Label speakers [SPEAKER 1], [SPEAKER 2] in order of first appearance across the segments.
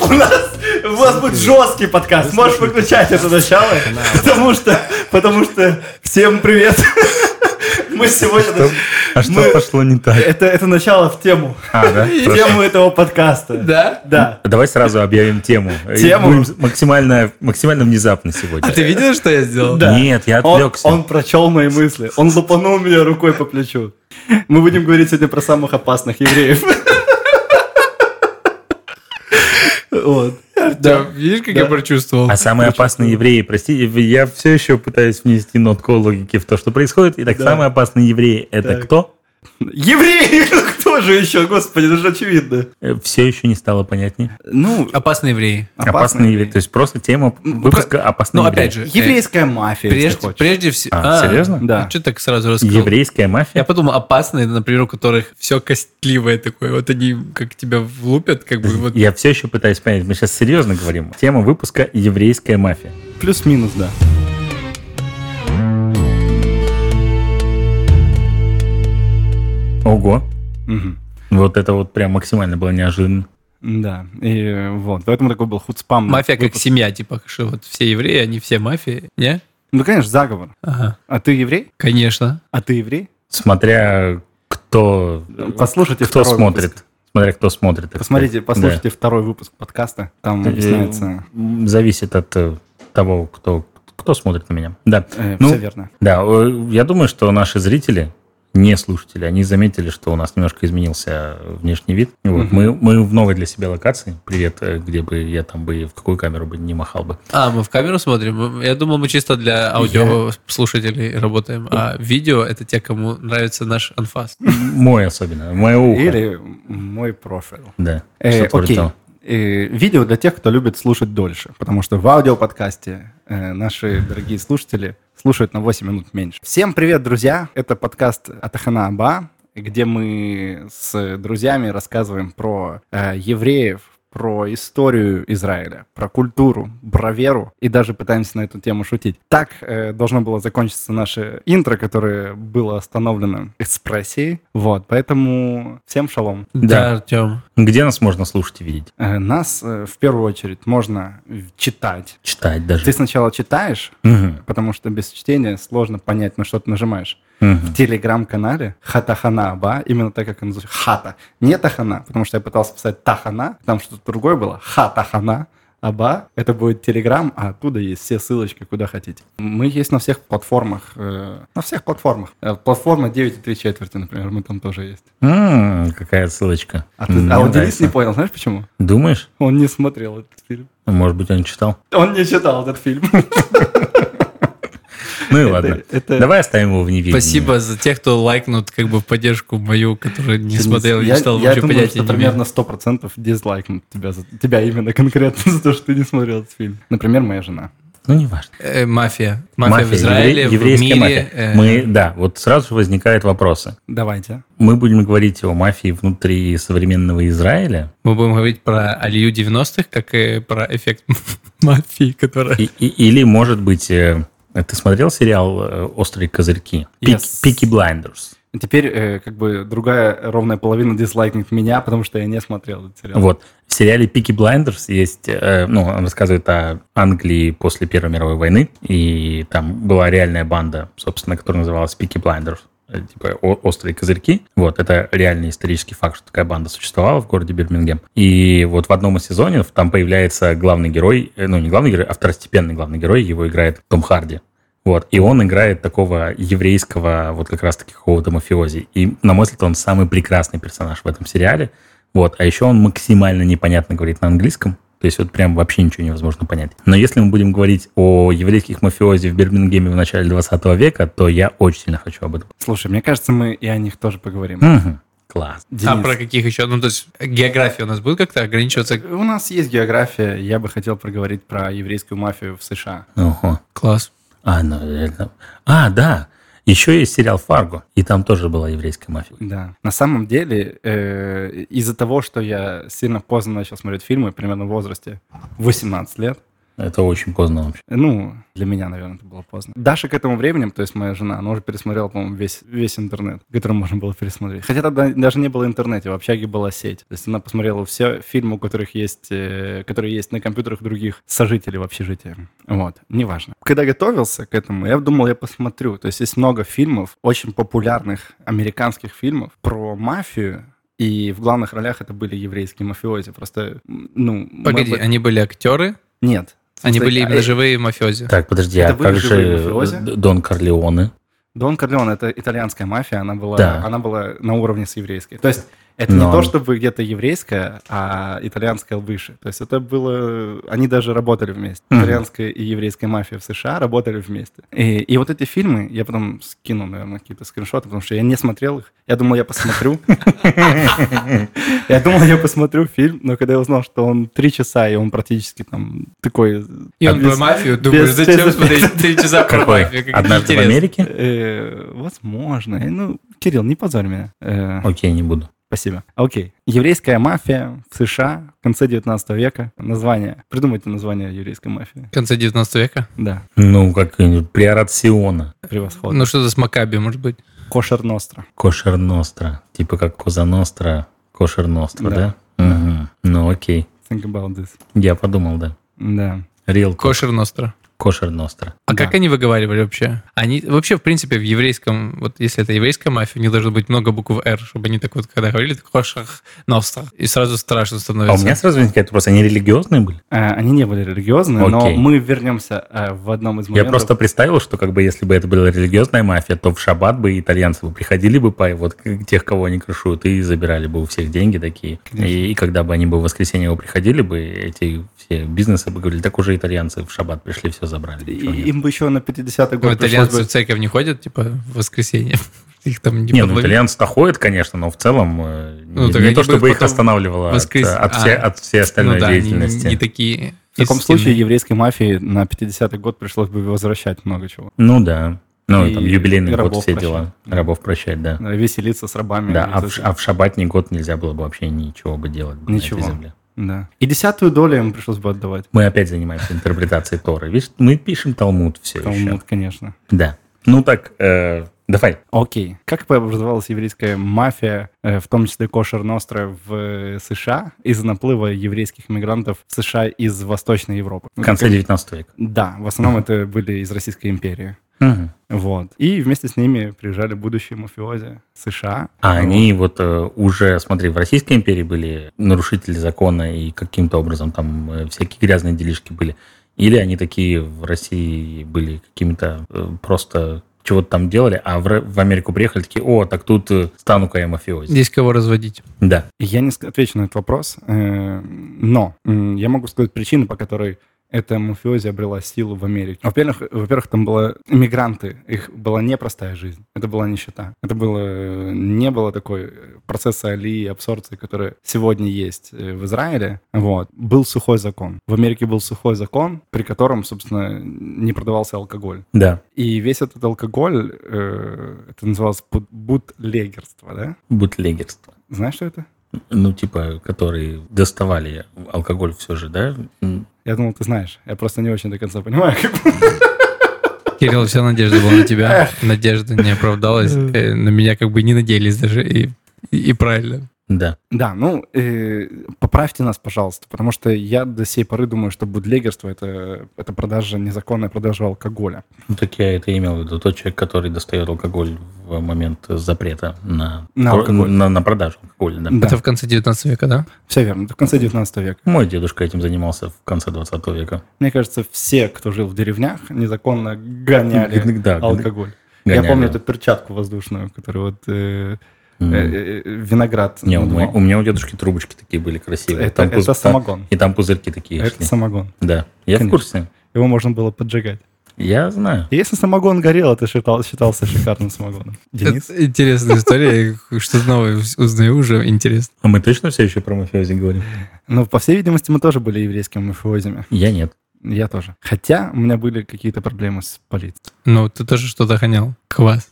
[SPEAKER 1] У нас, у нас будет жесткий подкаст. Можешь выключать это начало, потому что, потому что всем привет. Мы сегодня...
[SPEAKER 2] А что
[SPEAKER 1] Мы-
[SPEAKER 2] пошло не так?
[SPEAKER 1] Это, это начало в тему.
[SPEAKER 2] А, да?
[SPEAKER 1] В
[SPEAKER 2] Хорошо.
[SPEAKER 1] Тему этого подкаста.
[SPEAKER 3] Да?
[SPEAKER 1] Да.
[SPEAKER 2] Давай сразу объявим тему. И
[SPEAKER 1] Тему?
[SPEAKER 2] будем максимально, максимально внезапно сегодня.
[SPEAKER 3] А ты видел, что я сделал?
[SPEAKER 1] Да.
[SPEAKER 2] Нет, я
[SPEAKER 1] Он,
[SPEAKER 2] отвлекся.
[SPEAKER 1] он прочел мои мысли. Он лупанул меня рукой по плечу. Мы будем говорить сегодня про самых опасных евреев. Вот.
[SPEAKER 3] Да, видишь, как я прочувствовал?
[SPEAKER 2] А самые опасные евреи, прости, я все еще пытаюсь внести нотку логики в то, что происходит. Итак,
[SPEAKER 1] Да.
[SPEAKER 2] самые опасные евреи – это
[SPEAKER 1] Так.
[SPEAKER 2] кто?
[SPEAKER 1] Евреи! Ну, Кто же еще? Господи, это же очевидно.
[SPEAKER 2] Все еще Э, не стало понятнее.
[SPEAKER 1] Ну,
[SPEAKER 3] Опасные евреи.
[SPEAKER 1] Опасные
[SPEAKER 2] Опасные евреи. То есть просто тема выпуска «Опасные
[SPEAKER 3] Ну,
[SPEAKER 2] евреи».
[SPEAKER 3] опять же, э,
[SPEAKER 1] еврейская мафия, если
[SPEAKER 3] прежде,
[SPEAKER 1] хочешь.
[SPEAKER 3] прежде всего...
[SPEAKER 2] А, серьезно?
[SPEAKER 1] Да.
[SPEAKER 3] Что Ну, так сразу
[SPEAKER 1] ну,
[SPEAKER 3] рассказал?
[SPEAKER 2] Еврейская мафия?
[SPEAKER 3] Я подумал, опасные, например, у которых все костливое такое. Вот они как тебя влупят, как бы вот...
[SPEAKER 2] Я все еще пытаюсь понять. Мы сейчас серьезно говорим. Тема выпуска «Еврейская мафия».
[SPEAKER 1] Плюс-минус, да.
[SPEAKER 2] Ого. Вот это вот прям максимально было неожиданно.
[SPEAKER 1] Да, и э, вот, поэтому такой был худспам.
[SPEAKER 3] Мафия как семья, типа, что вот все евреи, они все мафии, не?
[SPEAKER 1] Ну, конечно, заговор.
[SPEAKER 3] Ага,
[SPEAKER 1] А ты еврей?
[SPEAKER 3] конечно.
[SPEAKER 1] А ты еврей?
[SPEAKER 2] Смотря кто,
[SPEAKER 1] Послушайте
[SPEAKER 2] кто
[SPEAKER 1] второй
[SPEAKER 2] смотрит.
[SPEAKER 1] выпуск.
[SPEAKER 2] Смотря кто смотрит. так сказать.
[SPEAKER 1] Посмотрите,
[SPEAKER 2] Да.
[SPEAKER 1] послушайте второй выпуск подкаста. Там
[SPEAKER 2] Э,
[SPEAKER 1] объясняется...
[SPEAKER 2] м, Зависит от э, того, кто, кто смотрит на меня. Да.
[SPEAKER 1] э,
[SPEAKER 2] ну,
[SPEAKER 1] все верно.
[SPEAKER 2] Да, э, я думаю, что наши зрители, не слушатели, они заметили, что у нас немножко изменился внешний вид. И Вот. Мы, мы в новой для себя локации. Привет, э, где бы я там бы, и в какую камеру бы не махал бы.
[SPEAKER 3] А, мы в камеру смотрим? Я думал, мы чисто для аудиослушателей работаем, а видео — это те, кому нравится наш анфас.
[SPEAKER 2] Мой особенно, мое ухо.
[SPEAKER 1] Или мой профиль.
[SPEAKER 2] Да,
[SPEAKER 1] Э,
[SPEAKER 2] что-то вроде
[SPEAKER 1] окей.
[SPEAKER 2] того.
[SPEAKER 1] Э, видео для тех, кто любит слушать дольше, потому что в аудиоподкасте э, наши дорогие слушатели слушают на 8 минут меньше. Всем привет, друзья! Это подкаст Атахана Аба, где мы с друзьями рассказываем про э, евреев, про историю Израиля, про культуру, про веру и даже пытаемся на эту тему шутить. Так э, должно было закончиться наше интро, которое было остановлено экспрессией. Вот, поэтому всем шалом.
[SPEAKER 3] Да, Артем.
[SPEAKER 2] Где нас можно слушать и видеть?
[SPEAKER 1] Э, Нас э, в первую очередь можно в- читать.
[SPEAKER 2] Читать даже.
[SPEAKER 1] Ты сначала читаешь,
[SPEAKER 2] Мгм,
[SPEAKER 1] потому что без чтения сложно понять, на что ты нажимаешь.
[SPEAKER 2] мгм.
[SPEAKER 1] В телеграм-канале Хатахана Аба, именно так, как он называется, Хата, не Тахана, потому что я пытался писать Тахана, там что-то другое было, Хатахана Аба, это будет телеграм, а оттуда есть все ссылочки, куда хотите. Мы есть на всех платформах, э, на всех платформах. Э, Платформа 9 и 3 четверти, например, мы там тоже есть.
[SPEAKER 2] М, Какая ссылочка.
[SPEAKER 1] А, ты,
[SPEAKER 2] Мне
[SPEAKER 1] а вот Денис
[SPEAKER 2] нравится.
[SPEAKER 1] не понял, знаешь почему?
[SPEAKER 2] Думаешь?
[SPEAKER 1] Он не смотрел этот фильм.
[SPEAKER 2] Может быть, он читал?
[SPEAKER 1] Он не читал этот фильм.
[SPEAKER 2] Ну и ладно.
[SPEAKER 1] это-
[SPEAKER 2] Давай оставим его в неведении.
[SPEAKER 3] Спасибо за тех, кто лайкнут как бы в поддержку мою, которая не смотрела, не
[SPEAKER 1] Я-
[SPEAKER 3] стала
[SPEAKER 1] я
[SPEAKER 3] вообще
[SPEAKER 1] думаю,
[SPEAKER 3] понятия
[SPEAKER 1] что
[SPEAKER 3] не имею.
[SPEAKER 1] примерно 100% дизлайкнут тебя, за- тебя именно конкретно за то, что ты не смотрел этот фильм. Например, моя жена.
[SPEAKER 2] Ну, не важно.
[SPEAKER 3] Э, Мафия. Мафия в Израиле, в
[SPEAKER 2] еврейская
[SPEAKER 3] мире.
[SPEAKER 2] мафия.
[SPEAKER 3] э,
[SPEAKER 2] Мы, да, вот сразу же возникают вопросы.
[SPEAKER 1] Давайте.
[SPEAKER 2] Мы будем говорить о мафии внутри современного Израиля
[SPEAKER 3] мы будем говорить про Алию 90-х, как и про эффект мафии, которая...
[SPEAKER 2] И- и- или, может быть, э, ты смотрел сериал э, «Острые козырьки»?
[SPEAKER 1] Yes.
[SPEAKER 2] «Пики Блайндерс».
[SPEAKER 1] Теперь э, как бы другая ровная половина дизлайкнет меня, потому что я не смотрел этот сериал.
[SPEAKER 2] Вот. В сериале «Пики Блайндерс» есть, э, ну, он рассказывает о Англии после Первой мировой войны, и там была реальная банда, собственно, которая называлась «Пики Блайндерс», э, типа о- «Острые козырьки». Вот, это реальный исторический факт, что такая банда существовала в городе Бирмингем. И вот в одном из сезонов там появляется главный герой, э, ну, не главный герой, а второстепенный главный герой, его играет Том Харди. Вот, и он играет такого еврейского, вот как раз-таки какого-то мафиози. И, на мой взгляд, он самый прекрасный персонаж в этом сериале. Вот, а еще он максимально непонятно говорит на английском. То есть вот прям вообще ничего невозможно понять. Но если мы будем говорить о еврейских мафиози в Бирмингеме в начале 20 века, то я очень сильно хочу об этом.
[SPEAKER 1] Слушай, мне кажется, мы и о них тоже поговорим.
[SPEAKER 2] Мгм. Класс.
[SPEAKER 1] Денис,
[SPEAKER 3] А про каких еще? Ну, то есть география у нас будет как-то ограничиваться?
[SPEAKER 1] у нас есть география. Я бы хотел проговорить про еврейскую мафию в США.
[SPEAKER 2] Ого.
[SPEAKER 3] Класс.
[SPEAKER 2] А, ну, это- а, да. Еще есть сериал «Фарго», и там тоже была еврейская мафия.
[SPEAKER 1] Да. На самом деле, э, из-за того, что я сильно поздно начал смотреть фильмы, примерно в возрасте 18 лет,
[SPEAKER 2] Это очень поздно вообще.
[SPEAKER 1] Ну, для меня, наверное, это было поздно. Даша к этому времени, то есть моя жена, она уже пересмотрела, по-моему, весь, весь интернет, который можно было пересмотреть. Хотя тогда даже не было интернета, в общаге была сеть. То есть она посмотрела все фильмы, у которых есть, э, которые есть на компьютерах других сожителей в общежитии. Вот, неважно. Когда готовился к этому, я думал, я посмотрю. То есть есть много фильмов, очень популярных американских фильмов про мафию, и в главных ролях это были еврейские мафиози. Просто, м, ну... мы
[SPEAKER 3] Погоди,
[SPEAKER 1] бы-
[SPEAKER 3] они были актеры?
[SPEAKER 1] Нет.
[SPEAKER 3] Они
[SPEAKER 1] Смотри,
[SPEAKER 3] были
[SPEAKER 1] а
[SPEAKER 3] именно
[SPEAKER 1] я-
[SPEAKER 3] живые мафиози.
[SPEAKER 2] Так, подожди,
[SPEAKER 1] Это
[SPEAKER 2] а
[SPEAKER 1] были
[SPEAKER 2] как
[SPEAKER 1] живые
[SPEAKER 2] же
[SPEAKER 1] мафиози?
[SPEAKER 2] э, Дон Корлеоне?
[SPEAKER 1] Дон Корлеон это итальянская мафия, она была,
[SPEAKER 2] Да.
[SPEAKER 1] она была на уровне с еврейской. То есть это
[SPEAKER 2] Но-
[SPEAKER 1] не то, чтобы где-то еврейская, а итальянская выше. То есть это было... Они даже работали вместе.
[SPEAKER 2] Мгм.
[SPEAKER 1] Итальянская и еврейская мафия в США работали вместе. И, и вот эти фильмы, я потом скину, наверное, какие-то скриншоты, потому что я не смотрел их. Я думал, я посмотрю. Я думал, я посмотрю фильм, но когда я узнал, что он три часа, и он практически там такой...
[SPEAKER 3] И он
[SPEAKER 1] А без-
[SPEAKER 3] про мафию, думаешь,
[SPEAKER 1] без-
[SPEAKER 3] зачем
[SPEAKER 1] без-
[SPEAKER 3] смотреть три часа про мафию?
[SPEAKER 2] Какой?
[SPEAKER 3] Как
[SPEAKER 2] Однажды в
[SPEAKER 3] интересно.
[SPEAKER 2] Америке?
[SPEAKER 1] Э, Возможно. Э, Ну, Кирилл, не позорь меня. Э,
[SPEAKER 2] Окей, не буду.
[SPEAKER 1] Спасибо. Окей. Еврейская мафия в США в конце 19 века. Название. Придумайте название еврейской мафии.
[SPEAKER 3] В конце 19 века?
[SPEAKER 1] Да,
[SPEAKER 2] Ну, как-нибудь приорат Сиона,
[SPEAKER 1] превосходно.
[SPEAKER 3] Ну, что-то с Макаби, может быть.
[SPEAKER 2] Ну,
[SPEAKER 1] Кошер Ностра.
[SPEAKER 2] Кошер Ностра. Типа как Коза Ностра, Кошер Ностра, да?
[SPEAKER 1] Да.
[SPEAKER 2] Мгм. Ну, окей.
[SPEAKER 1] Think about this.
[SPEAKER 2] Я подумал, да.
[SPEAKER 1] Да.
[SPEAKER 2] Рил
[SPEAKER 3] Кошер Ностра.
[SPEAKER 2] Кошер Ностра.
[SPEAKER 3] А
[SPEAKER 1] Да.
[SPEAKER 3] как они выговаривали вообще? Они вообще, в принципе, в еврейском, вот если это еврейская мафия, у них должно быть много букв «Р», чтобы они так вот, когда говорили, так «Кошах ностра», и сразу страшно
[SPEAKER 2] А у
[SPEAKER 3] становится.
[SPEAKER 2] меня сразу возникает вопрос, они религиозные были?
[SPEAKER 1] Э, Они не были религиозные, но
[SPEAKER 2] Окей.
[SPEAKER 1] мы вернемся э, в одном из
[SPEAKER 2] Я
[SPEAKER 1] моментов.
[SPEAKER 2] просто представил, что как бы если бы это была религиозная мафия, то в шаббат бы итальянцы бы приходили бы по вот к- тех, кого они крышуют, и забирали бы у всех деньги такие. И, когда бы они бы в воскресенье бы приходили бы, эти все бизнесы бы говорили, так уже итальянцы в шаббат пришли, все забрали.
[SPEAKER 1] И-
[SPEAKER 2] ничего нет».
[SPEAKER 1] Им бы еще на 50-й
[SPEAKER 3] Ну,
[SPEAKER 1] год пришлось
[SPEAKER 3] итальянцы
[SPEAKER 1] бы...
[SPEAKER 3] в церковь не ходят, типа, в воскресенье. Их там не,
[SPEAKER 2] Не, ну
[SPEAKER 3] подловить.
[SPEAKER 2] итальянцы-то ходят, конечно, но в целом э,
[SPEAKER 3] Ну,
[SPEAKER 2] не,
[SPEAKER 3] так
[SPEAKER 2] не
[SPEAKER 3] они
[SPEAKER 2] то,
[SPEAKER 3] бы
[SPEAKER 2] чтобы их
[SPEAKER 3] потом
[SPEAKER 2] останавливало от,
[SPEAKER 3] воскрес-
[SPEAKER 2] э, от
[SPEAKER 3] А.
[SPEAKER 2] всей- от всей остальной
[SPEAKER 3] Ну да, они не-
[SPEAKER 2] деятельности.
[SPEAKER 3] не такие...
[SPEAKER 1] В таком
[SPEAKER 3] истинные.
[SPEAKER 1] случае еврейской мафии на 50-й год пришлось бы возвращать много чего.
[SPEAKER 2] Ну да. Ну,
[SPEAKER 1] И-
[SPEAKER 2] там юбилейный
[SPEAKER 1] и
[SPEAKER 2] год,
[SPEAKER 1] рабов
[SPEAKER 2] все дела.
[SPEAKER 1] прощать.
[SPEAKER 2] Рабов прощать, да.
[SPEAKER 1] Э, Веселиться с рабами.
[SPEAKER 2] Да,
[SPEAKER 1] Вот
[SPEAKER 2] а
[SPEAKER 1] это
[SPEAKER 2] в, ш- а в шабатний год нельзя было бы вообще ничего бы делать бы
[SPEAKER 1] Ничего.
[SPEAKER 2] на этой земле.
[SPEAKER 1] Да. И десятую долю им пришлось бы отдавать.
[SPEAKER 2] Мы опять занимаемся интерпретацией Торы. Видишь, мы пишем Талмуд все еще.
[SPEAKER 1] Талмуд, конечно.
[SPEAKER 2] Да. Ну так, э, давай.
[SPEAKER 1] Окей. Как пообразовалась еврейская мафия, э, в том числе кошер Ностра в э, США, из наплыва еврейских мигрантов в США из Восточной Европы? Ну,
[SPEAKER 2] В конце 19 века.
[SPEAKER 1] Да, в основном это были из Российской империи.
[SPEAKER 2] Мгм.
[SPEAKER 1] Вот. И вместе с ними приезжали будущие мафиози США.
[SPEAKER 2] А они вот э, уже, смотри, в Российской империи были нарушители закона и каким-то образом там э, всякие грязные делишки были. Или они такие в России были какими-то э, просто чего-то там делали, а в, Р- в Америку приехали такие, о, так тут э, стану-ка я мафиози.
[SPEAKER 3] Здесь кого разводить?
[SPEAKER 2] Да.
[SPEAKER 1] Я не ск- отвечу на этот вопрос, э, но м, я могу сказать причины, по которой эта мафиози обрела силу в Америке. Во-первых, во-первых, там были иммигранты, их была непростая жизнь, это была нищета, это было не было такой э, процесса алии, абсорбции, который сегодня есть э, в Израиле. Вот был сухой закон. В Америке был сухой закон, при котором, собственно, не продавался алкоголь.
[SPEAKER 2] Да.
[SPEAKER 1] И весь этот алкоголь, э, это называлось бут- бутлегерство, да?
[SPEAKER 2] Бутлегерство.
[SPEAKER 1] Знаешь, что это?
[SPEAKER 2] Ну, типа, которые доставали алкоголь все же, да? М.
[SPEAKER 1] Я думал, ты знаешь. Я просто не очень до конца понимаю. как-
[SPEAKER 3] Кирилл, вся надежда была на тебя. Надежда не оправдалась. Э, На меня как бы не надеялись даже. И, и правильно.
[SPEAKER 2] Да.
[SPEAKER 1] Да, ну, э, поправьте нас, пожалуйста, потому что я до сей поры думаю, что будлегерство это, — это продажа, незаконная продажа алкоголя.
[SPEAKER 2] Ну, так я это имел в виду. Тот человек, который достает алкоголь в момент запрета на,
[SPEAKER 1] На алкоголь.
[SPEAKER 2] на, на продажу алкоголя. Да.
[SPEAKER 1] Да.
[SPEAKER 3] Это в конце 19 века, да?
[SPEAKER 1] Все верно, это в конце 19 века.
[SPEAKER 2] Мой дедушка этим занимался в конце 20 века.
[SPEAKER 1] Мне кажется, все, кто жил в деревнях, незаконно гоняли
[SPEAKER 2] Да,
[SPEAKER 1] алкоголь. Я
[SPEAKER 2] гоняли.
[SPEAKER 1] помню эту перчатку воздушную, которую вот э, э,
[SPEAKER 2] М.
[SPEAKER 1] э, виноград.
[SPEAKER 2] Не, у, меня,
[SPEAKER 1] надувал.
[SPEAKER 2] у меня у дедушки трубочки такие были красивые.
[SPEAKER 1] а Это- это
[SPEAKER 2] пузы-
[SPEAKER 1] самогон.
[SPEAKER 2] И там пузырьки такие
[SPEAKER 1] Это
[SPEAKER 2] шли.
[SPEAKER 1] самогон.
[SPEAKER 2] Да, я в
[SPEAKER 1] Конечно.
[SPEAKER 2] курсе.
[SPEAKER 1] Его можно было поджигать.
[SPEAKER 2] Я знаю.
[SPEAKER 1] И Если самогон горел, это считал- считался шикарным самогоном. Денис?
[SPEAKER 3] Это Э, интересная история. Я Что-то новое узнаю уже. Интересно.
[SPEAKER 2] А мы точно все еще про мафиози говорим?
[SPEAKER 1] Ну, по всей видимости, мы тоже были еврейскими мафиозами.
[SPEAKER 2] Я нет.
[SPEAKER 1] Я тоже. Хотя у меня были какие-то проблемы с полицией.
[SPEAKER 3] Ну, ты тоже что-то гонял. Квас.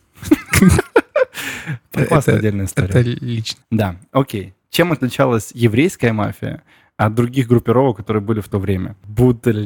[SPEAKER 1] Про
[SPEAKER 3] Это-
[SPEAKER 1] класс отдельная история.
[SPEAKER 3] Это лично.
[SPEAKER 1] Да, окей. Чем отличалась еврейская мафия от других группировок, которые были в то время.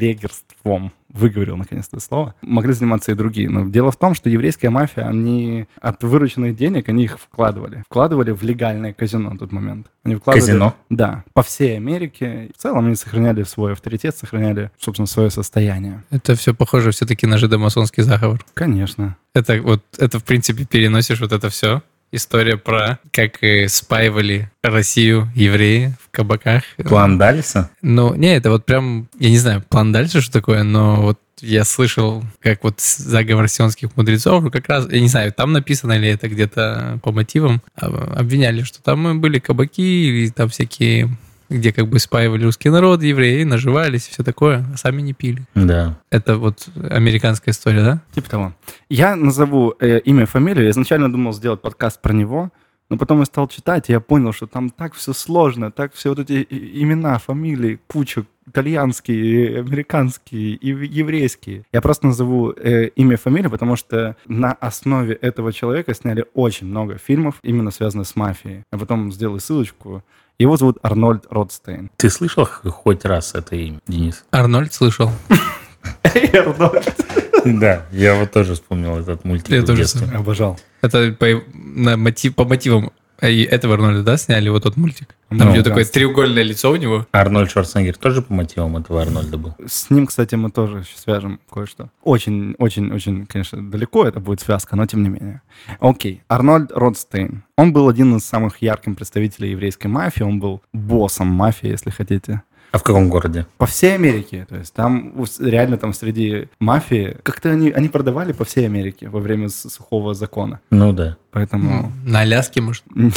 [SPEAKER 1] Будлегерством. Выговорил наконец-то это слово. Могли заниматься и другие. Но дело в том, что еврейская мафия, они от вырученных денег, они их вкладывали. Вкладывали в легальное казино на тот момент. Они вкладывали,
[SPEAKER 2] Казино?
[SPEAKER 1] Да. По всей Америке. В целом они сохраняли свой авторитет, сохраняли, собственно, свое состояние.
[SPEAKER 3] Это все похоже все-таки на жидомасонский заговор.
[SPEAKER 1] Конечно.
[SPEAKER 3] Это вот, это в принципе переносишь вот это все. История про как э, спаивали Россию евреи в кабаках.
[SPEAKER 2] План Далиса?
[SPEAKER 3] Ну, не, это вот прям, я не знаю, план дальше, что такое, но вот я слышал, как вот с- заговор сионских мудрецов, как раз, я не знаю, там написано ли это где-то по мотивам, а, обвиняли, что там были кабаки или там всякие, где как бы спаивали русский народ, евреи, наживались и все такое, а сами не пили.
[SPEAKER 2] Да.
[SPEAKER 3] Это вот американская история, да?
[SPEAKER 1] Типа того. Я назову э, имя и фамилию. Я изначально думал сделать подкаст про него, но потом я стал читать, и я понял, что там так все сложно, так все вот эти и- и- имена, фамилии, куча итальянские, и американские и в- еврейские. Я просто назову э, имя и фамилию, потому что на основе этого человека сняли очень много фильмов, именно связанных с мафией. Я потом сделаю ссылочку. Его зовут Арнольд Родстейн.
[SPEAKER 2] Ты слышал хоть раз это имя, Денис?
[SPEAKER 3] Арнольд слышал.
[SPEAKER 2] Да, я вот тоже вспомнил этот мультик
[SPEAKER 3] Я
[SPEAKER 2] в
[SPEAKER 3] тоже
[SPEAKER 2] детстве.
[SPEAKER 3] вспомнил.
[SPEAKER 1] Обожал.
[SPEAKER 3] Это по, на мотив, по мотивам А и этого Арнольда, да, сняли вот тот мультик? Там
[SPEAKER 1] Ну,
[SPEAKER 3] у него
[SPEAKER 1] да.
[SPEAKER 3] такое треугольное лицо у него.
[SPEAKER 2] Арнольд Шварценеггер тоже по мотивам этого Арнольда был?
[SPEAKER 1] С ним, кстати, мы тоже ещё свяжем кое-что. Очень, очень, очень, конечно, далеко это будет связка, но тем не менее. Окей, Арнольд Родстейн. Он был один из самых ярких представителей еврейской мафии. Он был боссом мафии, если хотите.
[SPEAKER 2] А в каком городе?
[SPEAKER 1] По всей Америке. То есть там у- реально там среди мафии... Как-то они, они продавали по всей Америке во время с- сухого закона.
[SPEAKER 2] Ну да.
[SPEAKER 1] Поэтому...
[SPEAKER 3] На Аляске, может,
[SPEAKER 1] Нет,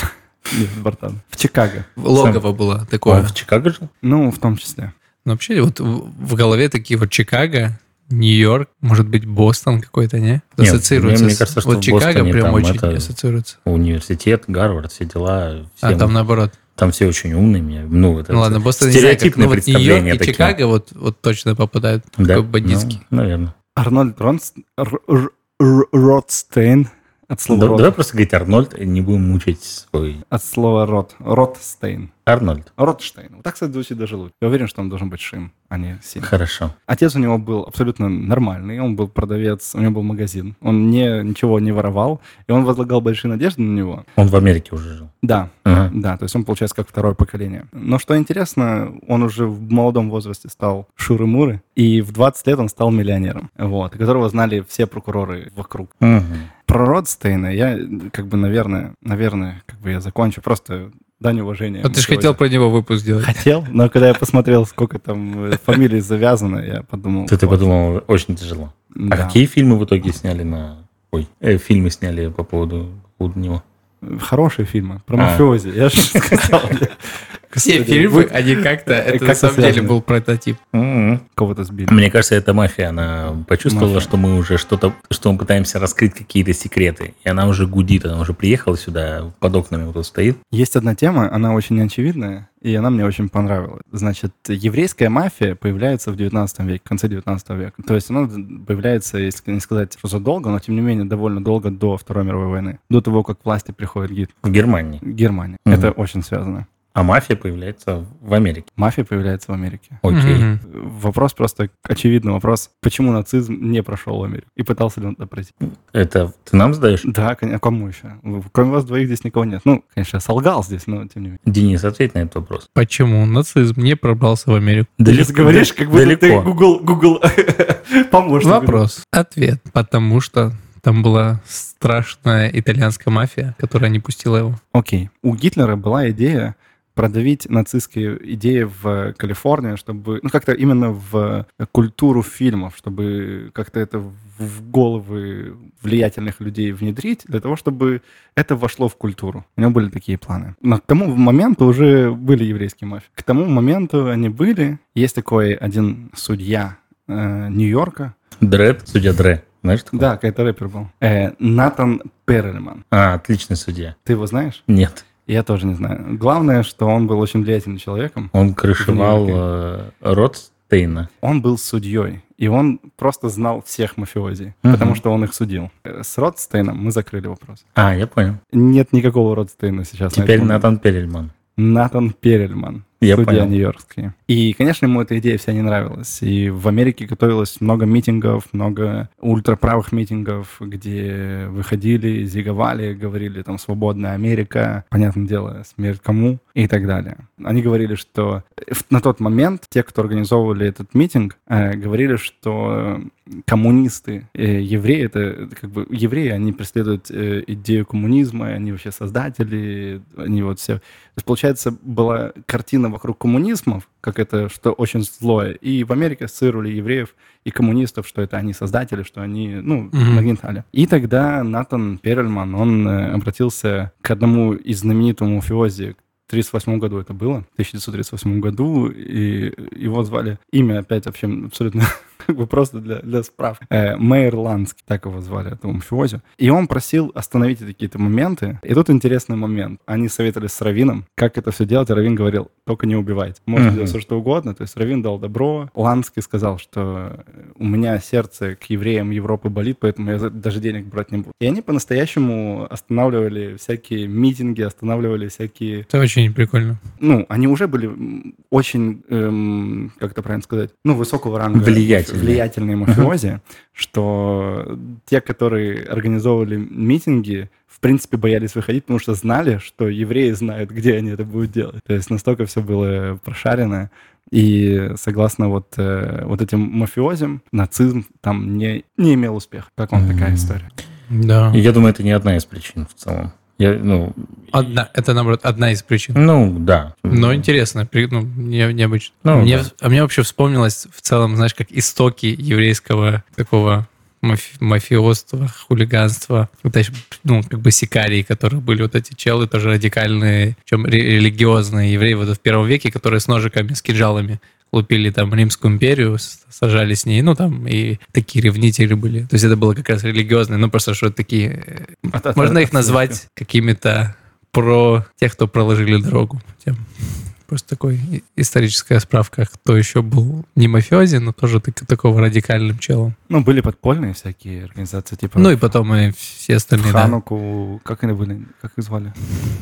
[SPEAKER 1] братан. В Чикаго.
[SPEAKER 3] логово было такое.
[SPEAKER 2] Он в Чикаго жил?
[SPEAKER 1] Ну, в том числе.
[SPEAKER 3] Ну, вообще, вот в в голове такие вот Чикаго, Нью-Йорк, может быть, Бостон какой-то, не?
[SPEAKER 2] Нет,
[SPEAKER 3] ассоциируется.
[SPEAKER 2] мне- мне
[SPEAKER 3] с-
[SPEAKER 2] кажется, что
[SPEAKER 3] вот
[SPEAKER 2] в
[SPEAKER 3] Чикаго
[SPEAKER 2] Бостоне
[SPEAKER 3] прям
[SPEAKER 2] там
[SPEAKER 3] очень
[SPEAKER 2] это-
[SPEAKER 3] ассоциируется.
[SPEAKER 2] Университет, Гарвард, все дела.
[SPEAKER 3] А
[SPEAKER 2] все-
[SPEAKER 3] там наоборот.
[SPEAKER 2] там все очень умными. Ну, вот
[SPEAKER 3] Ну ладно, Бостон не знаю, как,
[SPEAKER 2] стереотипные
[SPEAKER 3] но вот Нью-Йорк и
[SPEAKER 2] представления такие.
[SPEAKER 3] Чикаго вот, вот точно попадают.
[SPEAKER 2] да?
[SPEAKER 3] Такой бандитский.
[SPEAKER 2] Ну, наверное.
[SPEAKER 1] Арнольд Ронс- Р- Р- Р- Родстейн. От слова
[SPEAKER 2] Да-
[SPEAKER 1] рот.
[SPEAKER 2] давай просто говорить Арнольд, и не будем мучить свой
[SPEAKER 1] От слова рот. Ротстейн.
[SPEAKER 2] Арнольд.
[SPEAKER 1] Ротштейн. Вот так, кстати, звучит даже лучше. Я уверен, что он должен быть Шим, а не Сим.
[SPEAKER 2] Хорошо.
[SPEAKER 1] Отец у него был абсолютно нормальный. Он был продавец, у него был магазин. Он не, ничего не воровал, и он возлагал большие надежды на него.
[SPEAKER 2] Он в Америке уже жил.
[SPEAKER 1] Да,
[SPEAKER 2] Ага.
[SPEAKER 1] да, то есть он, получается, как второе поколение. Но что интересно, он уже в молодом возрасте стал шуры-муры, и в 20 лет он стал миллионером, вот, которого знали все прокуроры вокруг.
[SPEAKER 2] Мгм.
[SPEAKER 1] Про Родстейна я, как бы, наверное, наверное, как бы я закончу, просто дань уважения.
[SPEAKER 3] Вот А ты же
[SPEAKER 1] Сегодня.
[SPEAKER 3] хотел про него выпуск сделать.
[SPEAKER 1] хотел, но когда я посмотрел, сколько там э, фамилий завязано, я подумал...
[SPEAKER 2] Ты, ты
[SPEAKER 1] вот,
[SPEAKER 2] подумал, очень тяжело.
[SPEAKER 1] да.
[SPEAKER 2] А какие фильмы в итоге сняли на... Ой, э, фильмы сняли по поводу, по поводу него?
[SPEAKER 1] Хорошие фильмы про
[SPEAKER 2] А.
[SPEAKER 1] мафиози. Я же сказал,
[SPEAKER 3] Все
[SPEAKER 1] Господи,
[SPEAKER 3] фильмы,
[SPEAKER 1] вы-
[SPEAKER 3] они как-то... Это на
[SPEAKER 1] как-то
[SPEAKER 3] самом деле
[SPEAKER 1] связаны.
[SPEAKER 3] был прототип.
[SPEAKER 2] Мгм.
[SPEAKER 1] кого-то сбили.
[SPEAKER 2] Мне кажется, эта мафия, она почувствовала,
[SPEAKER 1] Мафия.
[SPEAKER 2] что мы уже что-то, что мы пытаемся раскрыть какие-то секреты. И она уже гудит, она уже приехала сюда, под окнами вот тут стоит.
[SPEAKER 1] Есть одна тема, она очень неочевидная, и она мне очень понравилась. Значит, еврейская мафия появляется в 19 веке, в конце 19 века. То есть она появляется, если не сказать, что задолго, но тем не менее довольно долго до Второй мировой войны, до того, как к власти приходит Гит-
[SPEAKER 2] В Германии.
[SPEAKER 1] Германия.
[SPEAKER 2] Мгм.
[SPEAKER 1] Это очень связано.
[SPEAKER 2] А мафия появляется в Америке.
[SPEAKER 1] Мафия появляется в Америке.
[SPEAKER 2] Окей.
[SPEAKER 3] Мгм.
[SPEAKER 1] Вопрос просто очевидный вопрос. Почему нацизм не прошел в Америку? И пытался ли он это пройти?
[SPEAKER 2] Это ты нам задаешь?
[SPEAKER 1] Да, кон- а кому еще? Вы- Кроме вас двоих здесь никого нет. Ну, конечно, я солгал здесь, но тем не менее.
[SPEAKER 2] Денис, ответь на этот вопрос.
[SPEAKER 3] Почему нацизм не пробрался в Америку?
[SPEAKER 1] Ты сейчас говоришь, как будто
[SPEAKER 2] далеко.
[SPEAKER 1] ты Google, Google поможет.
[SPEAKER 3] Ну, Вопрос. Ответ. Потому что там была страшная итальянская мафия, которая не пустила его.
[SPEAKER 1] Окей. У Гитлера была идея продавить нацистские идеи в Калифорнии, чтобы, ну, как-то именно в культуру фильмов, чтобы как-то это в- в головы влиятельных людей внедрить, для того, чтобы это вошло в культуру. У него были такие планы. Но к тому моменту уже были еврейские мафии. К тому моменту они были. Есть такой один судья э, Нью-Йорка,
[SPEAKER 2] Дред, судья Дре. Знаешь такого?
[SPEAKER 1] да, какой-то рэпер был, Э, Натан Перельман.
[SPEAKER 2] А, отличный судья.
[SPEAKER 1] Ты его знаешь?
[SPEAKER 2] Нет,
[SPEAKER 1] Я тоже не знаю. Главное, что он был очень влиятельным человеком.
[SPEAKER 2] он крышевал
[SPEAKER 1] Блин,
[SPEAKER 2] э, Ротстейна.
[SPEAKER 1] Он был судьей, и он просто знал всех мафиози,
[SPEAKER 2] Мгм.
[SPEAKER 1] потому что он их судил. Э, С Родстейном мы закрыли вопрос.
[SPEAKER 2] А, я понял.
[SPEAKER 1] Нет никакого Родстейна сейчас. на
[SPEAKER 2] Теперь
[SPEAKER 1] этом-
[SPEAKER 2] Натан Перельман.
[SPEAKER 1] Натан Перельман.
[SPEAKER 2] Я
[SPEAKER 1] судья
[SPEAKER 2] понял.
[SPEAKER 1] нью-йоркский. И, конечно, ему эта идея вся не нравилась. И в Америке готовилось много митингов, много ультраправых митингов, где выходили, зиговали, говорили там «Свободная Америка», понятное дело, «Смерть кому» и так далее. Они говорили, что в- на тот момент те, кто организовывали этот митинг, э, говорили, что коммунисты, э, евреи, это, это как бы евреи, они преследуют э, идею коммунизма, они вообще создатели, они вот все. То есть, получается, была картина вокруг коммунизмов, как это, что очень злое, и в Америке ассоциировали евреев и коммунистов, что это они создатели, что они, ну,
[SPEAKER 3] Мгм.
[SPEAKER 1] нагнетали. И тогда Натан Перельман, он э, обратился к одному из знаменитому мафиози, в 1938 году это было, в 1938 году, и его звали, имя опять вообще абсолютно как бы просто для, для справки. Э, Мэйр Ланский, так его звали, этого мафиози. И он просил остановить эти какие-то моменты. И тут интересный момент. Они советовались с Равином, как это все делать. И Равин говорил, только не убивайте. Можно
[SPEAKER 2] Мгм.
[SPEAKER 1] делать все что угодно. То есть Равин дал добро. Ланский сказал, что у меня сердце к евреям Европы болит, поэтому я за это даже денег брать не буду. И они по-настоящему останавливали всякие митинги, останавливали всякие
[SPEAKER 3] Это очень прикольно.
[SPEAKER 1] ну, они уже были м, очень, эм, как это правильно сказать, ну, высокого ранга.
[SPEAKER 2] Влиятельные.
[SPEAKER 1] Влиятельные мафиози, что те, которые организовывали митинги, в принципе, боялись выходить, потому что знали, что евреи знают, где они это будут делать. То есть настолько все было прошарено. И согласно вот, э, вот этим мафиозям, нацизм там не, не имел успеха. Как вам такая
[SPEAKER 2] М.
[SPEAKER 1] история?
[SPEAKER 3] Да.
[SPEAKER 2] И Я думаю, это не одна из причин в целом. Я, ну,
[SPEAKER 3] Одна, это, наоборот, одна из причин.
[SPEAKER 2] ну, да.
[SPEAKER 3] Но интересно, при- ну, не- необычно.
[SPEAKER 2] Ну,
[SPEAKER 3] мне,
[SPEAKER 2] да.
[SPEAKER 3] вс- А мне вообще вспомнилось в целом, знаешь, как истоки еврейского такого мафи- мафиоства, хулиганства. Это ещё, ну, как бы сикарии, которые были вот эти челы, тоже радикальные, чем религиозные евреи вот в первом веке, которые с ножиками, с кинжалами лупили там Римскую империю, с- сажали с ней, ну там и такие ревнители были. То есть это было как раз религиозные, ну просто что такие... э, Можно их назвать какими-то про тех, кто проложили дорогу. тем. Просто такой и- историческая справка, кто еще был не мафиози, но тоже так- такого радикальным челом.
[SPEAKER 1] Ну, были подпольные всякие организации, типа
[SPEAKER 3] Ну и потом и все остальные, да.
[SPEAKER 1] Хануку, как они были, как их звали?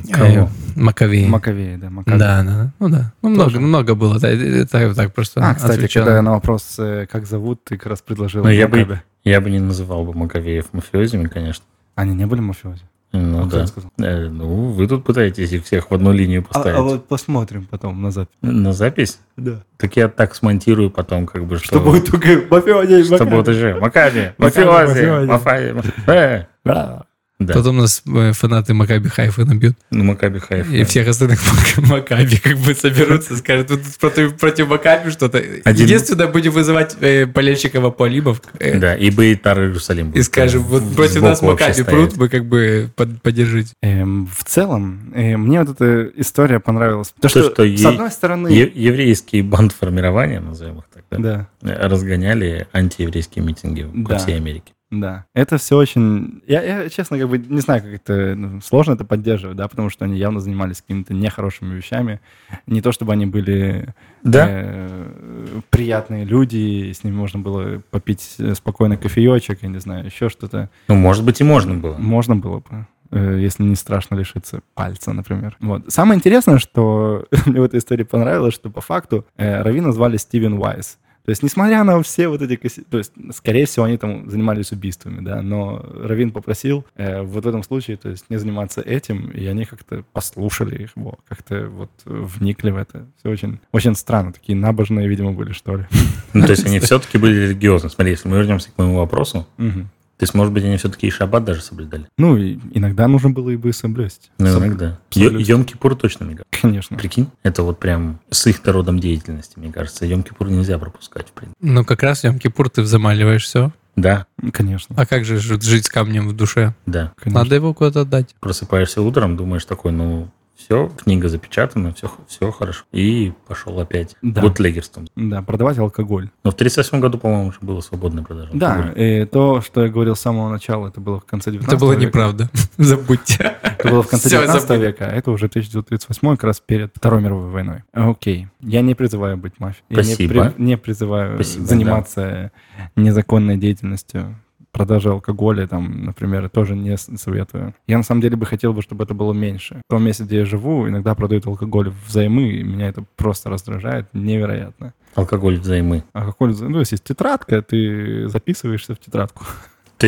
[SPEAKER 2] Кого?
[SPEAKER 3] Э, Маковей.
[SPEAKER 1] Маковеи, да,
[SPEAKER 3] Да,
[SPEAKER 1] Маковеи.
[SPEAKER 3] да, да. Ну да. Ну много,
[SPEAKER 1] Тоже.
[SPEAKER 3] много было. да, это- это так просто
[SPEAKER 1] А, кстати,
[SPEAKER 3] отвлеченно.
[SPEAKER 1] когда я на вопрос, э, как зовут, ты как раз предложил.
[SPEAKER 2] Ну, я бы-
[SPEAKER 1] Макабе.
[SPEAKER 2] Я бы не называл бы Маковеев мафиозами, конечно.
[SPEAKER 1] Они не были мафиози?
[SPEAKER 2] Ну,
[SPEAKER 1] А кто
[SPEAKER 2] да.
[SPEAKER 1] это сказал?
[SPEAKER 2] Э, ну, вы тут пытаетесь их всех в одну линию
[SPEAKER 1] А,
[SPEAKER 2] поставить.
[SPEAKER 1] а вот посмотрим потом назад.
[SPEAKER 2] На запись?
[SPEAKER 1] Да.
[SPEAKER 2] Так я так смонтирую потом, как бы, что...
[SPEAKER 1] Чтобы только мафиози.
[SPEAKER 2] Что будет уже? Макаби,
[SPEAKER 1] Макаби,
[SPEAKER 2] мафиози,
[SPEAKER 1] мафиози.
[SPEAKER 2] мафази, э.
[SPEAKER 1] Да.
[SPEAKER 2] Да,
[SPEAKER 3] Потом нас э, фанаты Макаби Хайфа набьют.
[SPEAKER 2] ну Макаби Хайф.
[SPEAKER 3] И
[SPEAKER 2] да.
[SPEAKER 3] всех остальных Мак- Макаби как бы соберутся, скажут, «Вы тут против, против Макаби что-то.
[SPEAKER 2] Один-
[SPEAKER 3] Единственное, будем вызывать э, болельщиков Аполимов. э,
[SPEAKER 2] Да, и Бейтар Иерусалим.
[SPEAKER 3] И
[SPEAKER 2] будет,
[SPEAKER 3] скажем,
[SPEAKER 2] э,
[SPEAKER 3] вот против
[SPEAKER 2] сбоку
[SPEAKER 3] нас
[SPEAKER 2] вообще
[SPEAKER 3] Макаби
[SPEAKER 2] стоять.
[SPEAKER 3] прут, мы как бы под- поддержите.
[SPEAKER 1] Эм, в целом, э, мне вот эта история понравилась. То,
[SPEAKER 2] что
[SPEAKER 1] с
[SPEAKER 2] ей-
[SPEAKER 1] одной стороны...
[SPEAKER 2] Е- Еврейские бандформирования, назовем их так, да,
[SPEAKER 1] Да,
[SPEAKER 2] э, разгоняли антиеврейские митинги по
[SPEAKER 1] Да.
[SPEAKER 2] всей Америке.
[SPEAKER 1] да. Это все очень... Я, я, честно, как бы не знаю, как это... ну, сложно это поддерживать, да, потому что они явно занимались какими-то нехорошими вещами. Не то, чтобы они были
[SPEAKER 2] Да,
[SPEAKER 1] э, приятные люди, и с ними можно было попить э, спокойно кофеечек, я не знаю, еще что-то.
[SPEAKER 2] ну, может быть, и можно было.
[SPEAKER 1] Можно было бы э, если не страшно лишиться пальца, например. Вот. Самое интересное, что мне в этой истории понравилось, что по факту э, Равина звали Стивен Уайс. То есть, несмотря на все вот эти... коси- То есть, скорее всего, они там занимались убийствами, да, но Равин попросил э, вот в этом случае, то есть, не заниматься этим, и они как-то послушали их, во, как-то вот э, вникли в это. Все очень, очень странно. Такие набожные, видимо, были, что ли.
[SPEAKER 2] Ну, то есть они все-таки были религиозны. Смотри, если мы вернемся к моему вопрошу,
[SPEAKER 1] Мгм.
[SPEAKER 2] то есть, может быть, они все-таки и шаббат даже соблюдали.
[SPEAKER 1] Ну, и иногда нужно было и бы соблюсть.
[SPEAKER 2] Ну,
[SPEAKER 1] Соб-
[SPEAKER 2] иногда.
[SPEAKER 1] абсолютно.
[SPEAKER 2] Йом-Кипур точно не
[SPEAKER 1] Конечно.
[SPEAKER 2] Прикинь, это вот прям с их родом деятельности, мне кажется. Йом-Кипур нельзя пропускать, в принципе.
[SPEAKER 3] Ну, как раз в Кипур ты замаливаешь все.
[SPEAKER 2] Да,
[SPEAKER 1] Конечно.
[SPEAKER 3] А как же ж- жить с камнем в душе?
[SPEAKER 2] да.
[SPEAKER 1] Конечно.
[SPEAKER 3] Надо его куда-то отдать.
[SPEAKER 2] Просыпаешься утром, думаешь такой, ну, все, книга запечатана, все, все хорошо. И пошел опять
[SPEAKER 1] Да.
[SPEAKER 2] бутлегерством.
[SPEAKER 1] Да, продавать алкоголь.
[SPEAKER 2] Но в 38 году, по-моему, уже было свободное продажа.
[SPEAKER 1] Да,
[SPEAKER 2] алкоголя.
[SPEAKER 1] э, то, что я говорил с самого начала, это было в конце 19
[SPEAKER 3] Это было
[SPEAKER 1] века.
[SPEAKER 3] неправда. Забудьте.
[SPEAKER 1] Это было в конце
[SPEAKER 3] Всё,
[SPEAKER 1] 19
[SPEAKER 3] забыли.
[SPEAKER 1] века, а это уже 1938, как раз перед Второй мировой войной. Окей. Я не призываю быть мафией. Я не
[SPEAKER 2] Спасибо.
[SPEAKER 1] при- не, призываю
[SPEAKER 2] Спасибо,
[SPEAKER 1] заниматься незаконной деятельностью. продажи алкоголя, там, например, тоже не с- советую. Я на самом деле бы хотел бы, чтобы это было меньше. В том месте, где я живу, иногда продают алкоголь взаймы, и меня это просто раздражает невероятно.
[SPEAKER 2] Алкоголь взаймы.
[SPEAKER 1] Алкоголь, вза- ну, если есть тетрадка, ты записываешься в тетрадку.
[SPEAKER 2] То